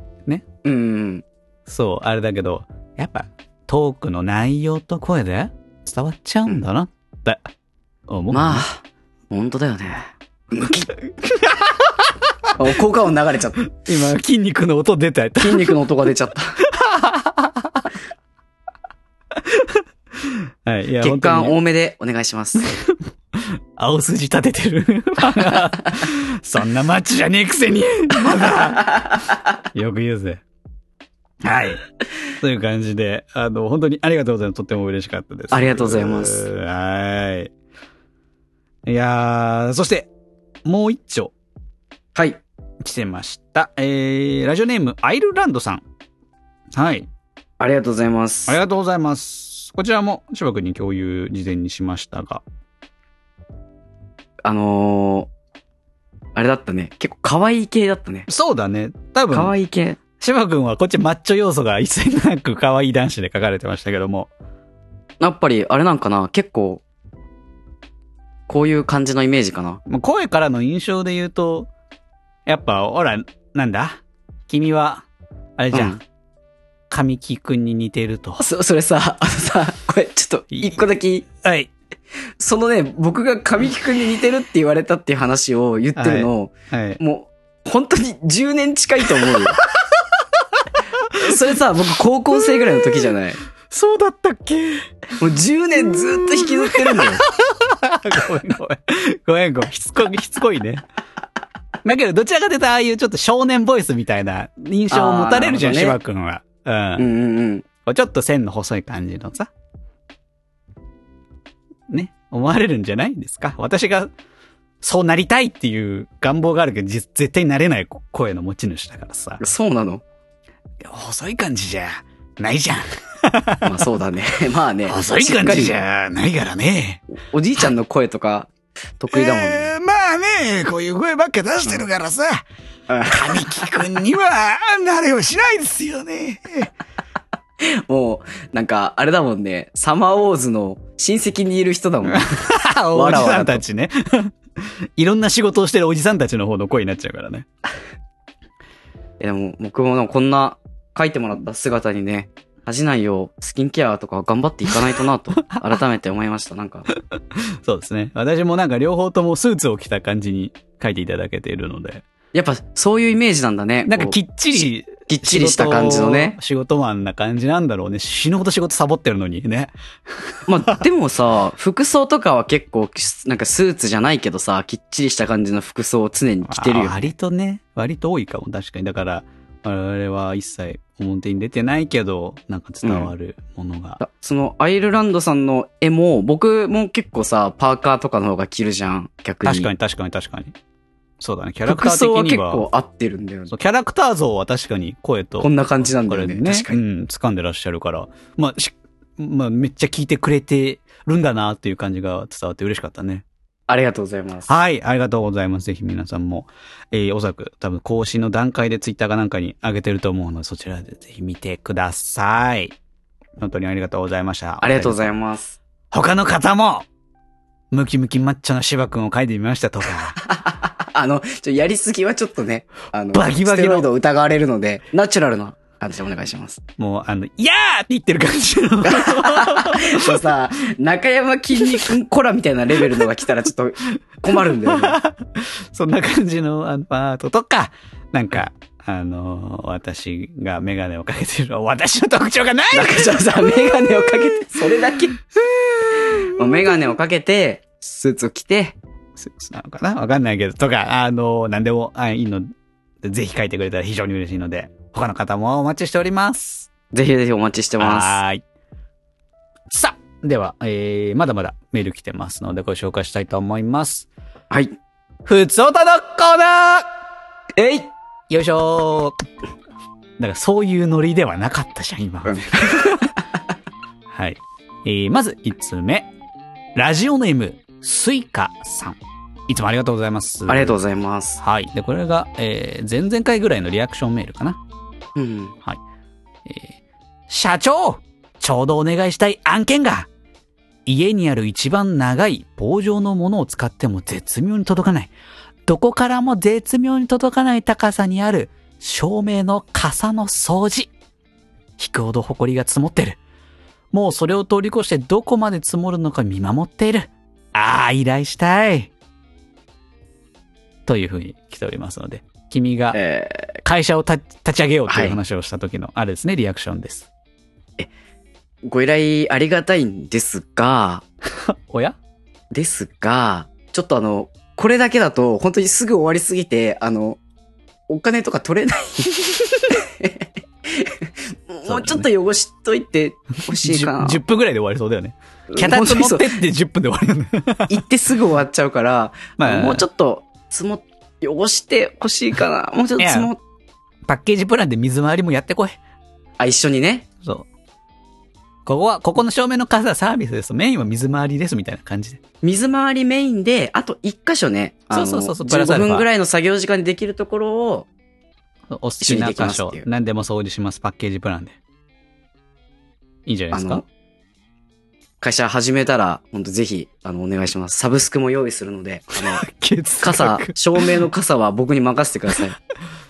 [SPEAKER 2] うんうん。
[SPEAKER 1] そう、あれだけど、やっぱ、トークの内容と声で伝わっちゃうんだな、って思う。
[SPEAKER 2] まあ、本当だよね。ム [LAUGHS] キッ。あ効果音流れちゃ
[SPEAKER 1] [LAUGHS]
[SPEAKER 2] った。
[SPEAKER 1] 今、筋肉の音出た。
[SPEAKER 2] 筋肉の音が出ちゃった。
[SPEAKER 1] はい、いや、
[SPEAKER 2] 血
[SPEAKER 1] 本当
[SPEAKER 2] 管
[SPEAKER 1] に
[SPEAKER 2] 多めでお願いします。 [LAUGHS]
[SPEAKER 1] 青筋立ててる。そんなマッチじゃねえくせに。まだ。よく言うぜ。はい。という感じで、あの、本当にありがとうございます。とっても嬉しかったです。
[SPEAKER 2] ありがとうございます
[SPEAKER 1] はい。いやー、そして、もう一丁。
[SPEAKER 2] はい。
[SPEAKER 1] 来てました。えー、ラジオネーム、アイルランドさん。はい。
[SPEAKER 2] ありがとうございます。
[SPEAKER 1] ありがとうございます。こちらも、柴君に共有事前にしましたが。
[SPEAKER 2] あのー、あれだったね。結構可愛い系だったね。
[SPEAKER 1] そうだね。多
[SPEAKER 2] 可
[SPEAKER 1] 分、
[SPEAKER 2] 愛い系。
[SPEAKER 1] 柴君はこっちマッチョ要素が一切なく可愛い男子で書かれてましたけども。
[SPEAKER 2] やっぱり、あれなんかな結構、こういう感じのイメージかな。
[SPEAKER 1] もう声からの印象で言うと、やっぱ、ほら、なんだ君は、あれじゃ
[SPEAKER 2] うん
[SPEAKER 1] ん。神木くんに似てると。
[SPEAKER 2] そ、それさ、あのさ、これちょっと、一個だけいい、
[SPEAKER 1] はい。
[SPEAKER 2] そのね、僕が神木くんに似てるって言われたっていう話を言ってるの、
[SPEAKER 1] はい。
[SPEAKER 2] もう、本当に10年近いと思うよ。 [LAUGHS] それさ、僕高校生ぐらいの時じゃない。
[SPEAKER 1] そうだったっけ
[SPEAKER 2] もう10年ずっと引きずってるん
[SPEAKER 1] [LAUGHS]
[SPEAKER 2] だよ。
[SPEAKER 1] ごめんごめん。ごめんごめん。しつこい、しつこいね。だけど、どちらかというと、ああいうちょっと少年ボイスみたいな印象を持たれるじゃん、
[SPEAKER 2] あーなるほ
[SPEAKER 1] 芝君は。うん
[SPEAKER 2] う。んうんうん。
[SPEAKER 1] こうちょっと線の細い感じのさ。ね。思われるんじゃないんですか私が、そうなりたいっていう願望があるけど、じ絶対なれない声の持ち主だからさ。
[SPEAKER 2] そうなの
[SPEAKER 1] 細い感じじゃ、ないじゃん。
[SPEAKER 2] まあそうだね。 [LAUGHS] まあね。
[SPEAKER 1] 細い感じじ
[SPEAKER 2] しっか
[SPEAKER 1] ゃ、ないからね。
[SPEAKER 2] り [LAUGHS] おじいちゃんの声とか、得意だもんね。
[SPEAKER 1] えーまあね、こういう声ばっか出してるからさ。神木くんには、なれをしないですよ
[SPEAKER 2] [LAUGHS]
[SPEAKER 1] ね。
[SPEAKER 2] もう、なんか、あれだもんね。サマーウォーズの親戚にいる人だも
[SPEAKER 1] [LAUGHS]
[SPEAKER 2] んね。
[SPEAKER 1] お
[SPEAKER 2] わ
[SPEAKER 1] じ
[SPEAKER 2] らわらと
[SPEAKER 1] さんたちね。 [LAUGHS] いろんな仕事をしてるおじさんたちの方の声になっちゃうからね。
[SPEAKER 2] えでも、僕もなんかこんな書いてもらった姿にね、恥じないよう、スキンケアとか頑張っていかないとな
[SPEAKER 1] [LAUGHS]
[SPEAKER 2] と、改めて思いました。なんか、
[SPEAKER 1] そうですね。私もなんか両方ともスーツを着た感じに書いていただけているので。
[SPEAKER 2] やっぱそういうイメージなんだね。
[SPEAKER 1] なんか
[SPEAKER 2] こう
[SPEAKER 1] きっちり、
[SPEAKER 2] きっちりした感じのね。
[SPEAKER 1] 仕事マンな感じなんだろうね。死ぬほど仕事サボってるのにね。
[SPEAKER 2] まあ、でもさ、服装とかは結構、なんかスーツじゃないけどさ、きっちりした感じの服装を常に着てるよ
[SPEAKER 1] あ。割とね、割と多いかも、確かに。だから、我々は一切表に出てないけど、なんか伝わるものが。
[SPEAKER 2] そのアイルランドさんの絵も、僕も結構さ、パーカーとかの方が着るじゃん、逆に。
[SPEAKER 1] 確かに確かに確かに。そうだね、キャラク
[SPEAKER 2] 服
[SPEAKER 1] ター的
[SPEAKER 2] 装は結
[SPEAKER 1] には。
[SPEAKER 2] 構合ってるんだよね
[SPEAKER 1] そうキャラクター像は確かに声と、
[SPEAKER 2] こんな感じなんだよね。
[SPEAKER 1] これ
[SPEAKER 2] 確かに。
[SPEAKER 1] うん、掴んでらっしゃるから。まあ、しまあ、めっちゃ聞いてくれてるんだなっていう感じが伝わって嬉しかったね。
[SPEAKER 2] ありがとうございます。
[SPEAKER 1] はい、ありがとうございます。ぜひ皆さんも、えー、おそらく多分更新の段階でツイッターかなんかに上げてると思うので、そちらでぜひ見てください。本当にありがとうございました。
[SPEAKER 2] ありがとうご
[SPEAKER 1] い
[SPEAKER 2] ざいま
[SPEAKER 1] ます。
[SPEAKER 2] す。
[SPEAKER 1] 他の方も、ムキムキマッチョな芝くんを書いてみました
[SPEAKER 2] [LAUGHS]
[SPEAKER 1] とか、
[SPEAKER 2] あの、ちょ、やりすぎはちょっとね、あの、
[SPEAKER 1] バキバキの
[SPEAKER 2] ステロイドを疑われるので、ナチュラルな感じでお願いします。
[SPEAKER 1] もう、あの、いやーって言ってる感じの。 [LAUGHS]
[SPEAKER 2] もうさ、中山きんに君コラみたいなレベルのが来たらちょっと困るんだよね。
[SPEAKER 1] そんな感じのあのパートとか、なんか、あのー私がメガネをかけてるのは私の特徴がない
[SPEAKER 2] なんかちょっとさ、メガネをかけて、それだけ。もうメガネをかけて、スーツを着て、
[SPEAKER 1] そうなのかなわかんないけど、とか、あのー何でもあいいので、ぜひ書いてくれたら非常に嬉しいので、他の方もお待ちしております。
[SPEAKER 2] ぜひぜひお待ちしてます。
[SPEAKER 1] はーい。さあ、では、えー、まだまだメール来てますのでご紹介したいと思います。
[SPEAKER 2] はい。
[SPEAKER 1] ふつおたのコーナー
[SPEAKER 2] えい
[SPEAKER 1] よいしょーだからそういうノリではなかったじゃん、今。
[SPEAKER 2] うん
[SPEAKER 1] [LAUGHS] はい。えー、まず1つ目。ラジオネーム、スイカさん。いつもありがとうございます。
[SPEAKER 2] ありがとう
[SPEAKER 1] う
[SPEAKER 2] ございます。
[SPEAKER 1] はい。で、これが、えー、前々回ぐらいのリアクションメールかな。
[SPEAKER 2] うん。
[SPEAKER 1] 社長ちょうどお願いしたい案件が家にある一番長い棒状のものを使っても絶妙に届かない。どこからも絶妙に届かない高さにある照明の傘の掃除。引くほど埃が積もってる。もうそれを通り越してどこまで積もるのか見守っている。ああ、依頼したい。というふうに来ておりますので、君が
[SPEAKER 2] え
[SPEAKER 1] 会社をた立ち上げようとい
[SPEAKER 2] は
[SPEAKER 1] う
[SPEAKER 2] い
[SPEAKER 1] 話をした時の、あれですね、リアクションです。
[SPEAKER 2] ーご依頼ありがたいんですが、
[SPEAKER 1] おや
[SPEAKER 2] ですが、ちょっとあの、これだけだと、本当にすぐ終わりすぎて、あの、お金とか取
[SPEAKER 1] [LAUGHS]
[SPEAKER 2] れない。もうちょっと汚しといてほしいかな。
[SPEAKER 1] 10, 分ぐらいで終わりそうだよね。脚立持ってって10分で終わりよね。
[SPEAKER 2] 行ってすぐ終わっちゃうから、
[SPEAKER 1] [LAUGHS] まあ、
[SPEAKER 2] もうちょ
[SPEAKER 1] っ
[SPEAKER 2] っと、積も、汚してほしいかな。もうちょっと積も、
[SPEAKER 1] とパッケージプランで水回りもやってこい。
[SPEAKER 2] あ、一緒にね。
[SPEAKER 1] そう。ここは、ここの照明の数はサービスです。メインは水回りですみたいな感じで。
[SPEAKER 2] 水回りメインで、あと一箇所ね。あの
[SPEAKER 1] そうそうそうそうプラスア
[SPEAKER 2] 15
[SPEAKER 1] ルファ
[SPEAKER 2] 分ぐらいの作業時間でできるところを、
[SPEAKER 1] お好きな
[SPEAKER 2] 一緒にできま
[SPEAKER 1] 箇
[SPEAKER 2] すっ
[SPEAKER 1] 所
[SPEAKER 2] てい、う
[SPEAKER 1] 何でも掃除します、パッケージプランで。いいんじゃないです
[SPEAKER 2] あ
[SPEAKER 1] か
[SPEAKER 2] の、会社始めたら、本当ぜひ、あの、お願いします。サブスクも用意するの
[SPEAKER 1] [LAUGHS]
[SPEAKER 2] で、あの、傘、照明の傘は僕に任せてく
[SPEAKER 1] [LAUGHS]
[SPEAKER 2] ださい。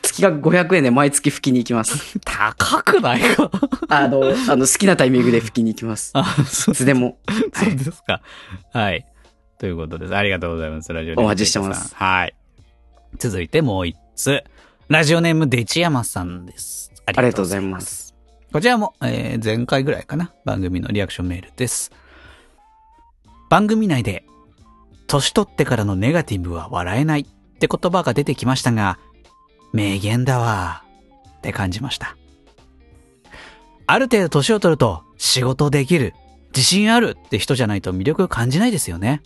[SPEAKER 2] 月額500円で毎月拭きに行きます。
[SPEAKER 1] 高くないか [LAUGHS]
[SPEAKER 2] あの、あの、好きなタイミングで拭きに行きます。
[SPEAKER 1] あ、そう
[SPEAKER 2] いつでも。
[SPEAKER 1] そうですか。はい。ということです。ありがとうございます。ラジオネーム
[SPEAKER 2] お待ちしてま
[SPEAKER 1] デ
[SPEAKER 2] す
[SPEAKER 1] チヤマさんはい。続いてもう一つ。ラジオネームデチヤマさんです。あ
[SPEAKER 2] ありがとうございます。
[SPEAKER 1] こちらも、えー前回ぐらいかな。番組のリアクションメールです。番組内で、年取ってからのネガティブは笑えないって言葉が出てきましたが、名言だわーって感じました。ある程度年を取ると仕事できる、自信あるって人じゃないと魅力を感じないですよね。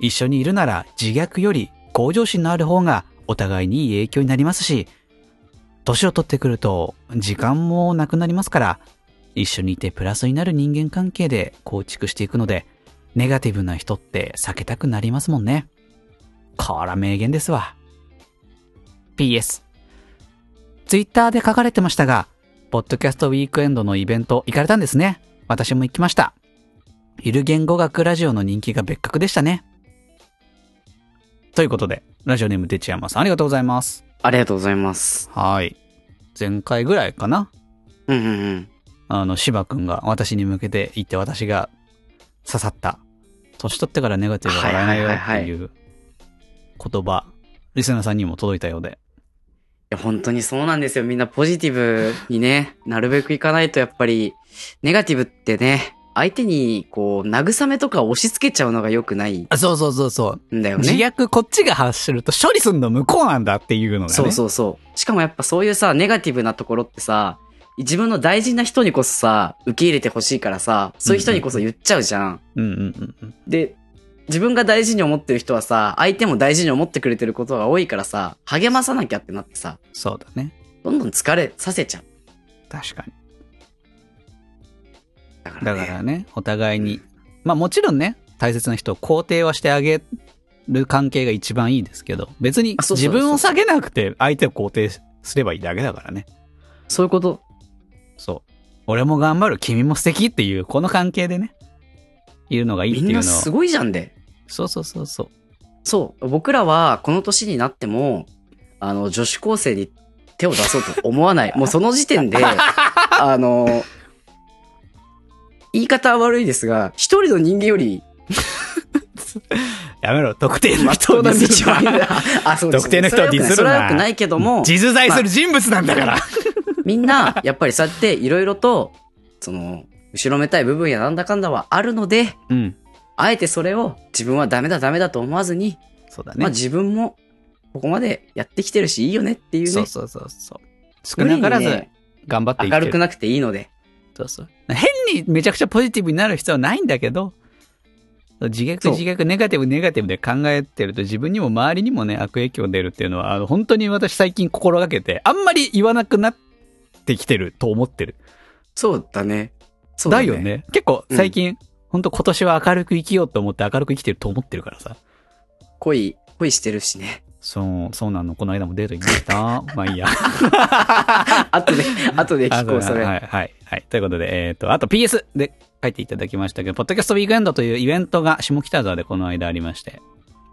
[SPEAKER 1] 一緒にいるなら自虐より向上心のある方がお互いにいい影響になりますし、年を取ってくると時間もなくなりますから、一緒にいてプラスになる人間関係で構築していくので、ネガティブな人って避けたくなりますもんね。こら名言ですわ。PS。ツイッターで書かれてましたが、ポッドキャストウィークエンドのイベント行かれたんですね。私も行きました。ゆる言語学ラジオの人気が別格でしたね。ということで、ラジオネームてちやまさんありがとうございます。
[SPEAKER 2] ありがとうございます。
[SPEAKER 1] はい。前回ぐらいかな
[SPEAKER 2] うんうんうん。
[SPEAKER 1] あの、芝くんが私に向けて言って私が刺さった。年取ってからネガティブは笑えないよっていう言葉、リスナーさんにも届いたようで。
[SPEAKER 2] いや、本当にそうなんですよ。みんなポジティブにね、なるべくいかないと、やっぱり、ネガティブってね、相手に、こう、慰めとか押し付けちゃうのが良くない
[SPEAKER 1] あ、そうそうそうそう。
[SPEAKER 2] んだよ
[SPEAKER 1] 自
[SPEAKER 2] ね。
[SPEAKER 1] 虐こっちが発すると処理すんの向こうなんだっていうのがね。
[SPEAKER 2] そうそうそう。しかもやっぱそういうさ、ネガティブなところってさ、自分の大事な人にこそさ、受け入れてほしいからさ、そういう人にこそ言っちゃうじゃん。
[SPEAKER 1] う。うんうんうんうん。
[SPEAKER 2] で、自分が大事に思ってる人はさ、相手も大事に思ってくれてることが多いからさ、励まさなきゃってなってさ、
[SPEAKER 1] そうだね。
[SPEAKER 2] どんどん疲れさせちゃう。
[SPEAKER 1] 確かに。
[SPEAKER 2] だから
[SPEAKER 1] だ
[SPEAKER 2] ね。
[SPEAKER 1] からね、お互いに。まあもちろんね、大切な人を肯定はしてあげる関係が一番いいですけど、別に
[SPEAKER 2] あそうそ
[SPEAKER 1] 自
[SPEAKER 2] うそう
[SPEAKER 1] 分を下げなくて相手を肯定すればいいだけだからね。
[SPEAKER 2] そういうこと。
[SPEAKER 1] そう。俺も頑張る、君も素敵っていう、この関係でね、いるのがいい
[SPEAKER 2] み
[SPEAKER 1] ってい
[SPEAKER 2] ん
[SPEAKER 1] うのを
[SPEAKER 2] な。すごいじゃんで。
[SPEAKER 1] そうそうそうそう。
[SPEAKER 2] そう、僕らはこの年になっても、あの、女子高生に手を出そうと思 [LAUGHS] わない。もうその時点で、あの、言い方は悪いですが、一人の人間より、
[SPEAKER 1] やめろ、特定の
[SPEAKER 2] まっと
[SPEAKER 1] 人
[SPEAKER 2] う
[SPEAKER 1] を
[SPEAKER 2] な
[SPEAKER 1] デ
[SPEAKER 2] 道
[SPEAKER 1] ィスる
[SPEAKER 2] を歩ん
[SPEAKER 1] な。
[SPEAKER 2] だ。 [LAUGHS] あ、そうです
[SPEAKER 1] 特定の人をディスるな
[SPEAKER 2] それは良くないけ
[SPEAKER 1] [LAUGHS]
[SPEAKER 2] ども、
[SPEAKER 1] 実在する人物なんだから。
[SPEAKER 2] みんな、やっぱりそうやっていろいろと、その、後ろめたい部分やなんだかんだはあるので、
[SPEAKER 1] うん。
[SPEAKER 2] あえてそれを自分はダメだダメだと思わずに、
[SPEAKER 1] そうだ
[SPEAKER 2] まあ
[SPEAKER 1] ね。
[SPEAKER 2] 自分もここまでやってきてるしいいよねっていうね。
[SPEAKER 1] そうそうそうそう。少なから
[SPEAKER 2] 無理に
[SPEAKER 1] ず
[SPEAKER 2] ね
[SPEAKER 1] 頑張ってい
[SPEAKER 2] 明
[SPEAKER 1] ける
[SPEAKER 2] るくなくていいので。
[SPEAKER 1] そうそう。変にめちゃくちゃポジティブになる必要はないんだけど、自
[SPEAKER 2] そ
[SPEAKER 1] 虐
[SPEAKER 2] う
[SPEAKER 1] 自虐ネガティブネガティブで考えてると自分にも周りにもね悪影響出るっていうのはあの本当に私最近心がけてあんまり言わなくなってきてると思ってる。
[SPEAKER 2] そうだね。そ
[SPEAKER 1] だ
[SPEAKER 2] うだね。
[SPEAKER 1] よ。ね。結構最近、本当今年は明るく生きようと思って明るく生きてると思ってるからさ。
[SPEAKER 2] 恋、恋してるしね。 [LAUGHS]
[SPEAKER 1] そう、そうなの。この間もデート行きました。まあいいや。[LAUGHS]
[SPEAKER 2] あとで、あとで聞こう、
[SPEAKER 1] あ
[SPEAKER 2] それ。
[SPEAKER 1] はい、はい、はい。ということで、えっ、と、あと PS で書いていただきましたけど、ポッドキャストウィークエンドというイベントが下北沢でこの間ありまして、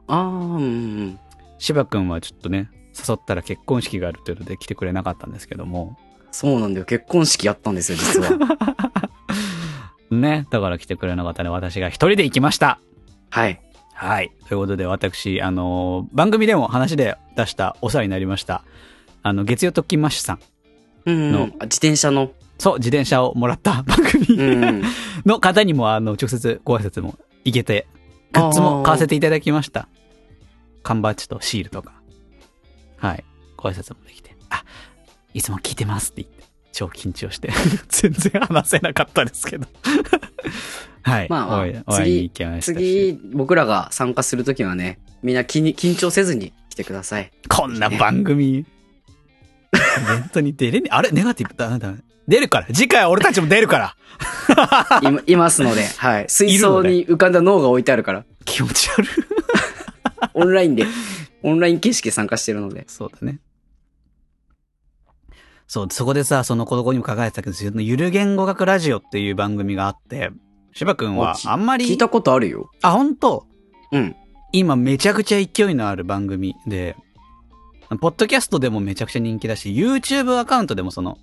[SPEAKER 2] ああ、うんうん。
[SPEAKER 1] 芝くんはちょっとね、誘ったら結婚式があるというので来てくれなかったんですけども、
[SPEAKER 2] そうなんだよ。結婚式やったんですよ、
[SPEAKER 1] [LAUGHS]
[SPEAKER 2] 実は。
[SPEAKER 1] ね、だから来てくれなかったので、私が一人で行きました。
[SPEAKER 2] はい。
[SPEAKER 1] はい。ということで、私、あのー番組でも話で出したお世話になりました、あの、月曜特勤マッシュさん。
[SPEAKER 2] うんうん、
[SPEAKER 1] の
[SPEAKER 2] あ自転車の。
[SPEAKER 1] そう、自転車をもらった番
[SPEAKER 2] う
[SPEAKER 1] 組
[SPEAKER 2] ん
[SPEAKER 1] [LAUGHS]
[SPEAKER 2] うん。
[SPEAKER 1] の方にも、あの、直接ご挨拶も行けて、グッズも買わせていただきました。缶バッジとシールとか。はい。ご挨拶もできて。あ、いつも聞いてますって言って、超緊張して。 [LAUGHS] 全然話せなかったですけど。 [LAUGHS] はい。
[SPEAKER 2] まあまあ
[SPEAKER 1] お会いお
[SPEAKER 2] 次
[SPEAKER 1] 会いに行きましたし。
[SPEAKER 2] 次、僕らが参加するときはね、みんな気に緊張せずに来てくだ
[SPEAKER 1] [LAUGHS]
[SPEAKER 2] さい。
[SPEAKER 1] こんな番組。本当に出れね、あれネガティブだ、だだ出るから。次回は俺たちも出るから。
[SPEAKER 2] いまいますので、はい。水
[SPEAKER 1] いるの
[SPEAKER 2] 槽
[SPEAKER 1] で
[SPEAKER 2] に浮かんだ脳が置いてあ
[SPEAKER 1] [LAUGHS]
[SPEAKER 2] るから、
[SPEAKER 1] 気持ち悪い。
[SPEAKER 2] オンラインで、オンライン形式で参加してるので。
[SPEAKER 1] そうだね。そう、そこでさ、その子供にも書かれてたけど、そのゆる言語学ラジオっていう番組があって、芝くんは
[SPEAKER 2] あき
[SPEAKER 1] あんま
[SPEAKER 2] 聞い
[SPEAKER 1] り、
[SPEAKER 2] たことあるよ。
[SPEAKER 1] あ、本当
[SPEAKER 2] うん。
[SPEAKER 1] 今めちゃくちゃ勢いのある番組で、ポッドキャストでもめちゃくちゃ人気だし、YouTube アカウントでもその、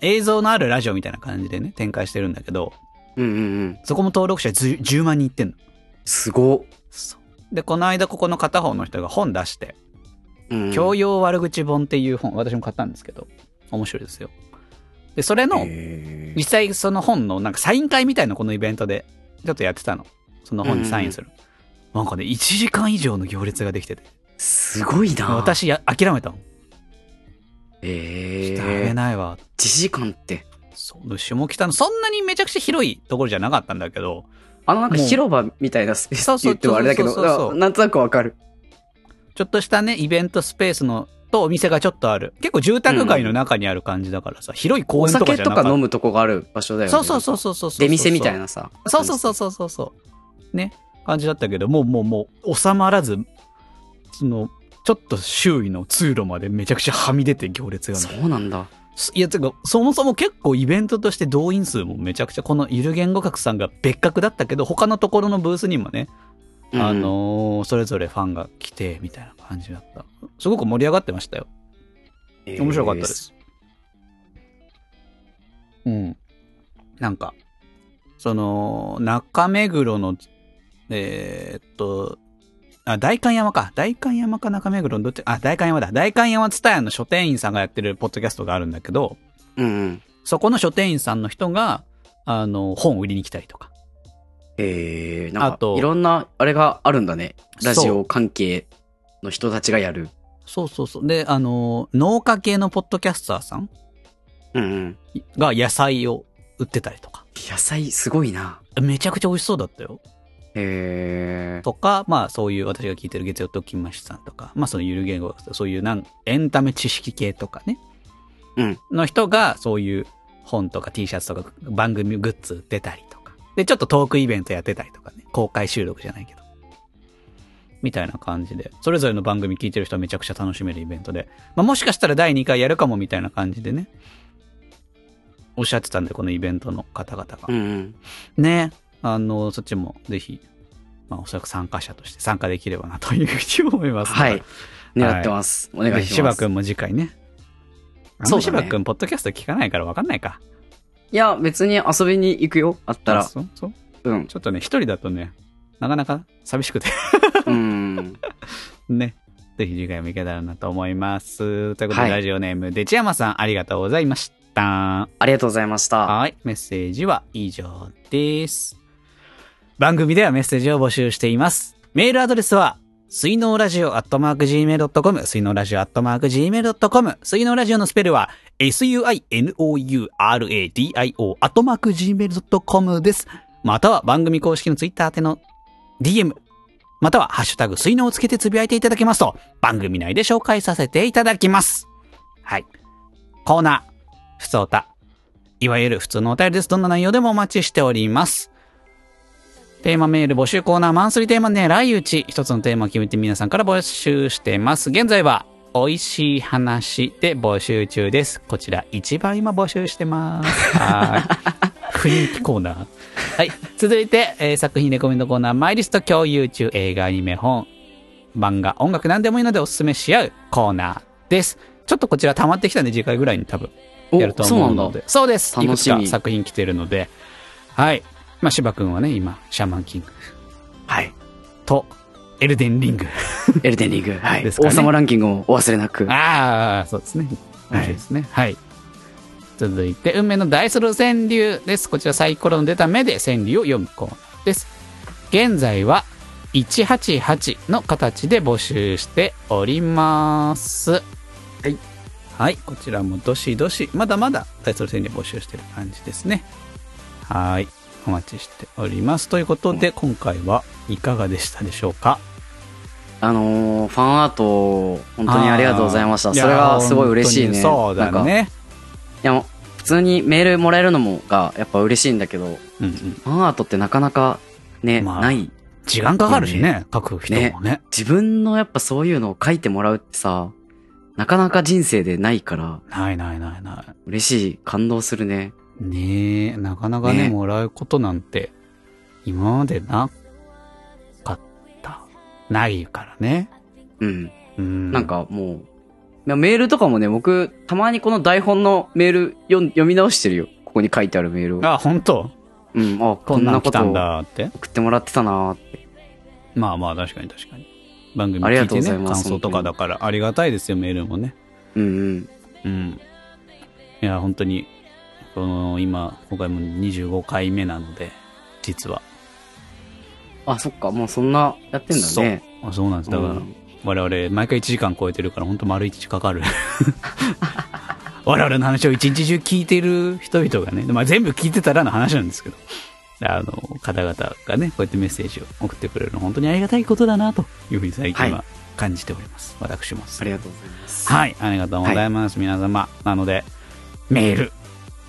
[SPEAKER 1] 映像のあるラジオみたいな感じでね、展開してるんだけど、
[SPEAKER 2] うんうんうん。
[SPEAKER 1] そこも登録者10 10万人いってんの。
[SPEAKER 2] すご。
[SPEAKER 1] で、この間ここの片方の人が本出して、
[SPEAKER 2] うん
[SPEAKER 1] 教養悪口本っていう本、私も買ったんですけど、面白いですよ。で、それの、
[SPEAKER 2] へー
[SPEAKER 1] 実際その本のなんかサイン会みたいなこのイベントで、ちょっとやってたの。その本にサインする。なんかね、1時間以上の行列ができてて。
[SPEAKER 2] すごいな。
[SPEAKER 1] 私や、諦めたもん。
[SPEAKER 2] え
[SPEAKER 1] 食べ
[SPEAKER 2] ー、
[SPEAKER 1] ないわ。
[SPEAKER 2] 1時間って。
[SPEAKER 1] そう、下北の、そんなにめちゃくちゃ広いところじゃなかったんだけど、
[SPEAKER 2] あのなんか
[SPEAKER 1] もう
[SPEAKER 2] 広場みたいなスペース
[SPEAKER 1] そう
[SPEAKER 2] って
[SPEAKER 1] そう
[SPEAKER 2] 言ってもあれだけど、
[SPEAKER 1] そうそうそうそう
[SPEAKER 2] だからなんとなくわかる。
[SPEAKER 1] ちょっとしたね、イベントスペースの、とお店がちょっとある。結構住宅街の中にある感じだからさ、広い
[SPEAKER 2] お
[SPEAKER 1] 公園とか
[SPEAKER 2] 酒
[SPEAKER 1] じゃな
[SPEAKER 2] と
[SPEAKER 1] かっ
[SPEAKER 2] か
[SPEAKER 1] た。
[SPEAKER 2] 飲むとこがある場所だよね。
[SPEAKER 1] そうそうそうそうそうそう。
[SPEAKER 2] 出店みたいなさ。
[SPEAKER 1] そうそうそうそうそうそう。ね。感じだったけど、もうもうもう収まらず、その、ちょっと周囲の通路までめちゃくちゃはみ出て行列がね
[SPEAKER 2] そうなんだ。
[SPEAKER 1] すいや、てか、そもそも結構イベントとして動員数もめちゃくちゃ、このゆる言語学さんが別格だったけど、他のところのブースにもね、
[SPEAKER 2] うん
[SPEAKER 1] あのーそれぞれファンが来て、みたいな感じだった。すごく盛り上がってましたよ。面白かったで。す。うん。なんか、その、中目黒の、えーっと、あ、代官山か。代官山か中目黒のどっち、あ、代官山だ。代官山蔦屋の書店員さんがやってるポッドキャストがあるんだけど、
[SPEAKER 2] えーうんうん。
[SPEAKER 1] そこの書店員さんの人が、あの、本を売りに来たりとか。
[SPEAKER 2] えー、なん
[SPEAKER 1] あ
[SPEAKER 2] か
[SPEAKER 1] と
[SPEAKER 2] いろんなあれがあるんだね。ラジ
[SPEAKER 1] そ
[SPEAKER 2] オ関係の人たちがやる。
[SPEAKER 1] そうそうそう。で、あの、農家系のポッドキャスターさん
[SPEAKER 2] うんうん。
[SPEAKER 1] が野菜を売ってたりとか。
[SPEAKER 2] 野菜すごいな。
[SPEAKER 1] めちゃくちゃ美味しそうだったよ。
[SPEAKER 2] へー。
[SPEAKER 1] とか、まあそういう私が聞いてる月曜と金ましさんとか、まあそのゆる言語、そういうなんエンタメ知識系とかね。
[SPEAKER 2] うん
[SPEAKER 1] の人がそういう本とか T シャツとか番組グッズ売ってたりとか。で、ちょっとトークイベントやってたりとかね。公開収録じゃないけど。みたいな感じで、それぞれの番組聞いてる人はめちゃくちゃ楽しめるイベントで、まあもしかしたら第2回やるかもみたいな感じでね。おっしゃってたんで、このイベントの方々が。
[SPEAKER 2] うんうん。
[SPEAKER 1] ね、あの、そっちもぜひ、まあ、おそらく参加者として参加できればなというふうに思います。
[SPEAKER 2] はい。狙ってます。お願
[SPEAKER 1] ぜ
[SPEAKER 2] い
[SPEAKER 1] ひ、
[SPEAKER 2] し
[SPEAKER 1] 芝
[SPEAKER 2] ます。
[SPEAKER 1] 君も次回ね、
[SPEAKER 2] そうだね
[SPEAKER 1] 虫歯くん、ポッドキャスト聞かないから分かんないか。
[SPEAKER 2] いや、別に遊びに行くよ。あった
[SPEAKER 1] あ
[SPEAKER 2] ら。
[SPEAKER 1] そうそう
[SPEAKER 2] うん。
[SPEAKER 1] ちょっとね、一人だとね、なかなか寂しくて
[SPEAKER 2] うん。
[SPEAKER 1] ね。ぜひ次回もいけたらなと思います。ということで、
[SPEAKER 2] はい
[SPEAKER 1] ラジオネーム、でちやまさん、ありがとうございました。
[SPEAKER 2] ありがとうございました。
[SPEAKER 1] はい、メッセージは以上です。番組ではメッセージを募集しています。メールアドレスは、水のラジオアットマーク Gmail.com、水のラジオアットマーク Gmail.com、水のラジオのスペルは、suinouradio アットマーク Gmail.com です。または番組公式のツイッター宛ての DM、またはハッシュタグ水のをつけてつぶやいていただけますと、番組内で紹介させていただきます。はい。コーナー、ふつおた、いわゆる普通のお便りです。どんな内容でもお待ちしております。テーマメール募集コーナー、マンスリーテーマ狙い撃ち。一つのテーマを決めて皆さんから募集してます。現在は、美味しい話で募集中です。こちら一番今募集して [LAUGHS] ます。はい。不人気コーナー。はい。続いて、えー作品レコメンドコーナー、マイリスト共有中、映画、アニメ、本、漫画、音楽、何でもいいのでおすすめし合うコーナーです。ちょっとこちら溜まってきたんで、次回ぐらいに多分やると
[SPEAKER 2] お、そう
[SPEAKER 1] 思
[SPEAKER 2] な
[SPEAKER 1] うんの
[SPEAKER 2] だ。
[SPEAKER 1] で。そうです。いく
[SPEAKER 2] 楽
[SPEAKER 1] つ
[SPEAKER 2] しみ
[SPEAKER 1] か作品来てるので。はい。まあ、芝くんはね、今、シャーマンキング
[SPEAKER 2] はい。
[SPEAKER 1] と、エルデンリング。
[SPEAKER 2] エルデンリング。
[SPEAKER 1] [LAUGHS]
[SPEAKER 2] はい。
[SPEAKER 1] ですかね
[SPEAKER 2] 王様ランキングもお忘れなく。
[SPEAKER 1] ああ、そうですね。
[SPEAKER 2] はい
[SPEAKER 1] はい。ですね。はい。続いて、運命のダイスロー川柳です。こちらサイコロの出た目で川柳を読むコーナーです。現在は、188の形で募集しております。はい。はい。こちらもどしどし、まだまだダイスロー川柳募集してる感じですね。はい。お待ちしております。ということで、今回はいかがでしたでしょうか
[SPEAKER 2] あのー、ファンアート、本当にありがとうございました。それはすごい嬉しいね。
[SPEAKER 1] や本当に
[SPEAKER 2] な
[SPEAKER 1] そうんだ
[SPEAKER 2] か。
[SPEAKER 1] ね。
[SPEAKER 2] いや、普通にメールもらえるのもが、やっぱ嬉しいんだけど、
[SPEAKER 1] うんうん。
[SPEAKER 2] ファンアートってなかなか、ね、
[SPEAKER 1] まあ
[SPEAKER 2] ない。
[SPEAKER 1] 時間かかるしね、書く人もね。
[SPEAKER 2] 自分のやっぱそういうのを書いてもらうってさ、なかなか人生でないから、
[SPEAKER 1] ないないないな
[SPEAKER 2] 嬉しい、感動するね。
[SPEAKER 1] い。ねえ、なかなかね、
[SPEAKER 2] ね
[SPEAKER 1] もらうことなんて、今までなかった。ないからね。
[SPEAKER 2] うん。
[SPEAKER 1] うん。
[SPEAKER 2] なん、かもう、いやメールとかもね、僕、たまにこの台本のメール読ん読み直してるよ。ここに書いてあるメールを。
[SPEAKER 1] あ、本当
[SPEAKER 2] うん、あ、こ
[SPEAKER 1] こ
[SPEAKER 2] ん
[SPEAKER 1] んな
[SPEAKER 2] なん
[SPEAKER 1] 来
[SPEAKER 2] こ
[SPEAKER 1] た
[SPEAKER 2] と
[SPEAKER 1] ん
[SPEAKER 2] を
[SPEAKER 1] だって。
[SPEAKER 2] 送ってもらってたなーって。
[SPEAKER 1] まあまあ、確かに確かに。番組
[SPEAKER 2] あり
[SPEAKER 1] 聞
[SPEAKER 2] が
[SPEAKER 1] い
[SPEAKER 2] とう
[SPEAKER 1] て
[SPEAKER 2] ござ
[SPEAKER 1] ね、
[SPEAKER 2] いま
[SPEAKER 1] 感
[SPEAKER 2] す
[SPEAKER 1] 想とかだから、ありがたいですよ、メールもね。
[SPEAKER 2] うんうん。
[SPEAKER 1] うん。いや、本当に、この、今、今回も25回目なので、実は。
[SPEAKER 2] あ、そっか、もうそんなやってんだね。
[SPEAKER 1] あそうなんです。だから、
[SPEAKER 2] うん
[SPEAKER 1] 我々、毎回1時間超えてるから、ほんと丸1日かかる。 [LAUGHS] 我々の話を一日中聞いてる人々がね、まあ、全部聞いてたらの話なんですけど、あの、方々がね、こうやってメッセージを送ってくれるの、本当にありがたいことだな、というふうに最近
[SPEAKER 2] は
[SPEAKER 1] は感じております。私もです
[SPEAKER 2] ありがとうございます。 [LAUGHS]
[SPEAKER 1] はい、ありがとうございます、皆様。なので、メール、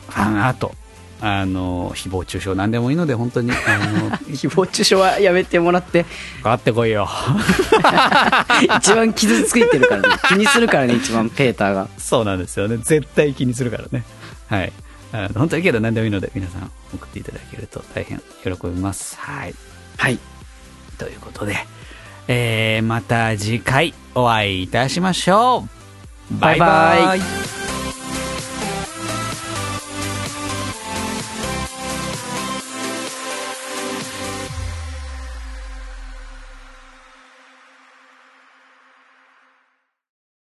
[SPEAKER 1] ファンアート、あの、誹謗中傷なんでもいいので、本当に、あの、
[SPEAKER 2] [LAUGHS] 誹謗中傷はやめても
[SPEAKER 1] [LAUGHS]
[SPEAKER 2] らって、
[SPEAKER 1] かかってこいよ。
[SPEAKER 2] 一番傷ついてるからね。気にするからね、一番ペーターが。
[SPEAKER 1] そうなんですよね。絶対気にするからね。はい。あの本当にけど何でもいいので、皆さん送っていただけると大変喜びます。はい。
[SPEAKER 2] はい。
[SPEAKER 1] ということで、えー、また次回お会いいたしましょう。バイバイ。
[SPEAKER 2] バイバイ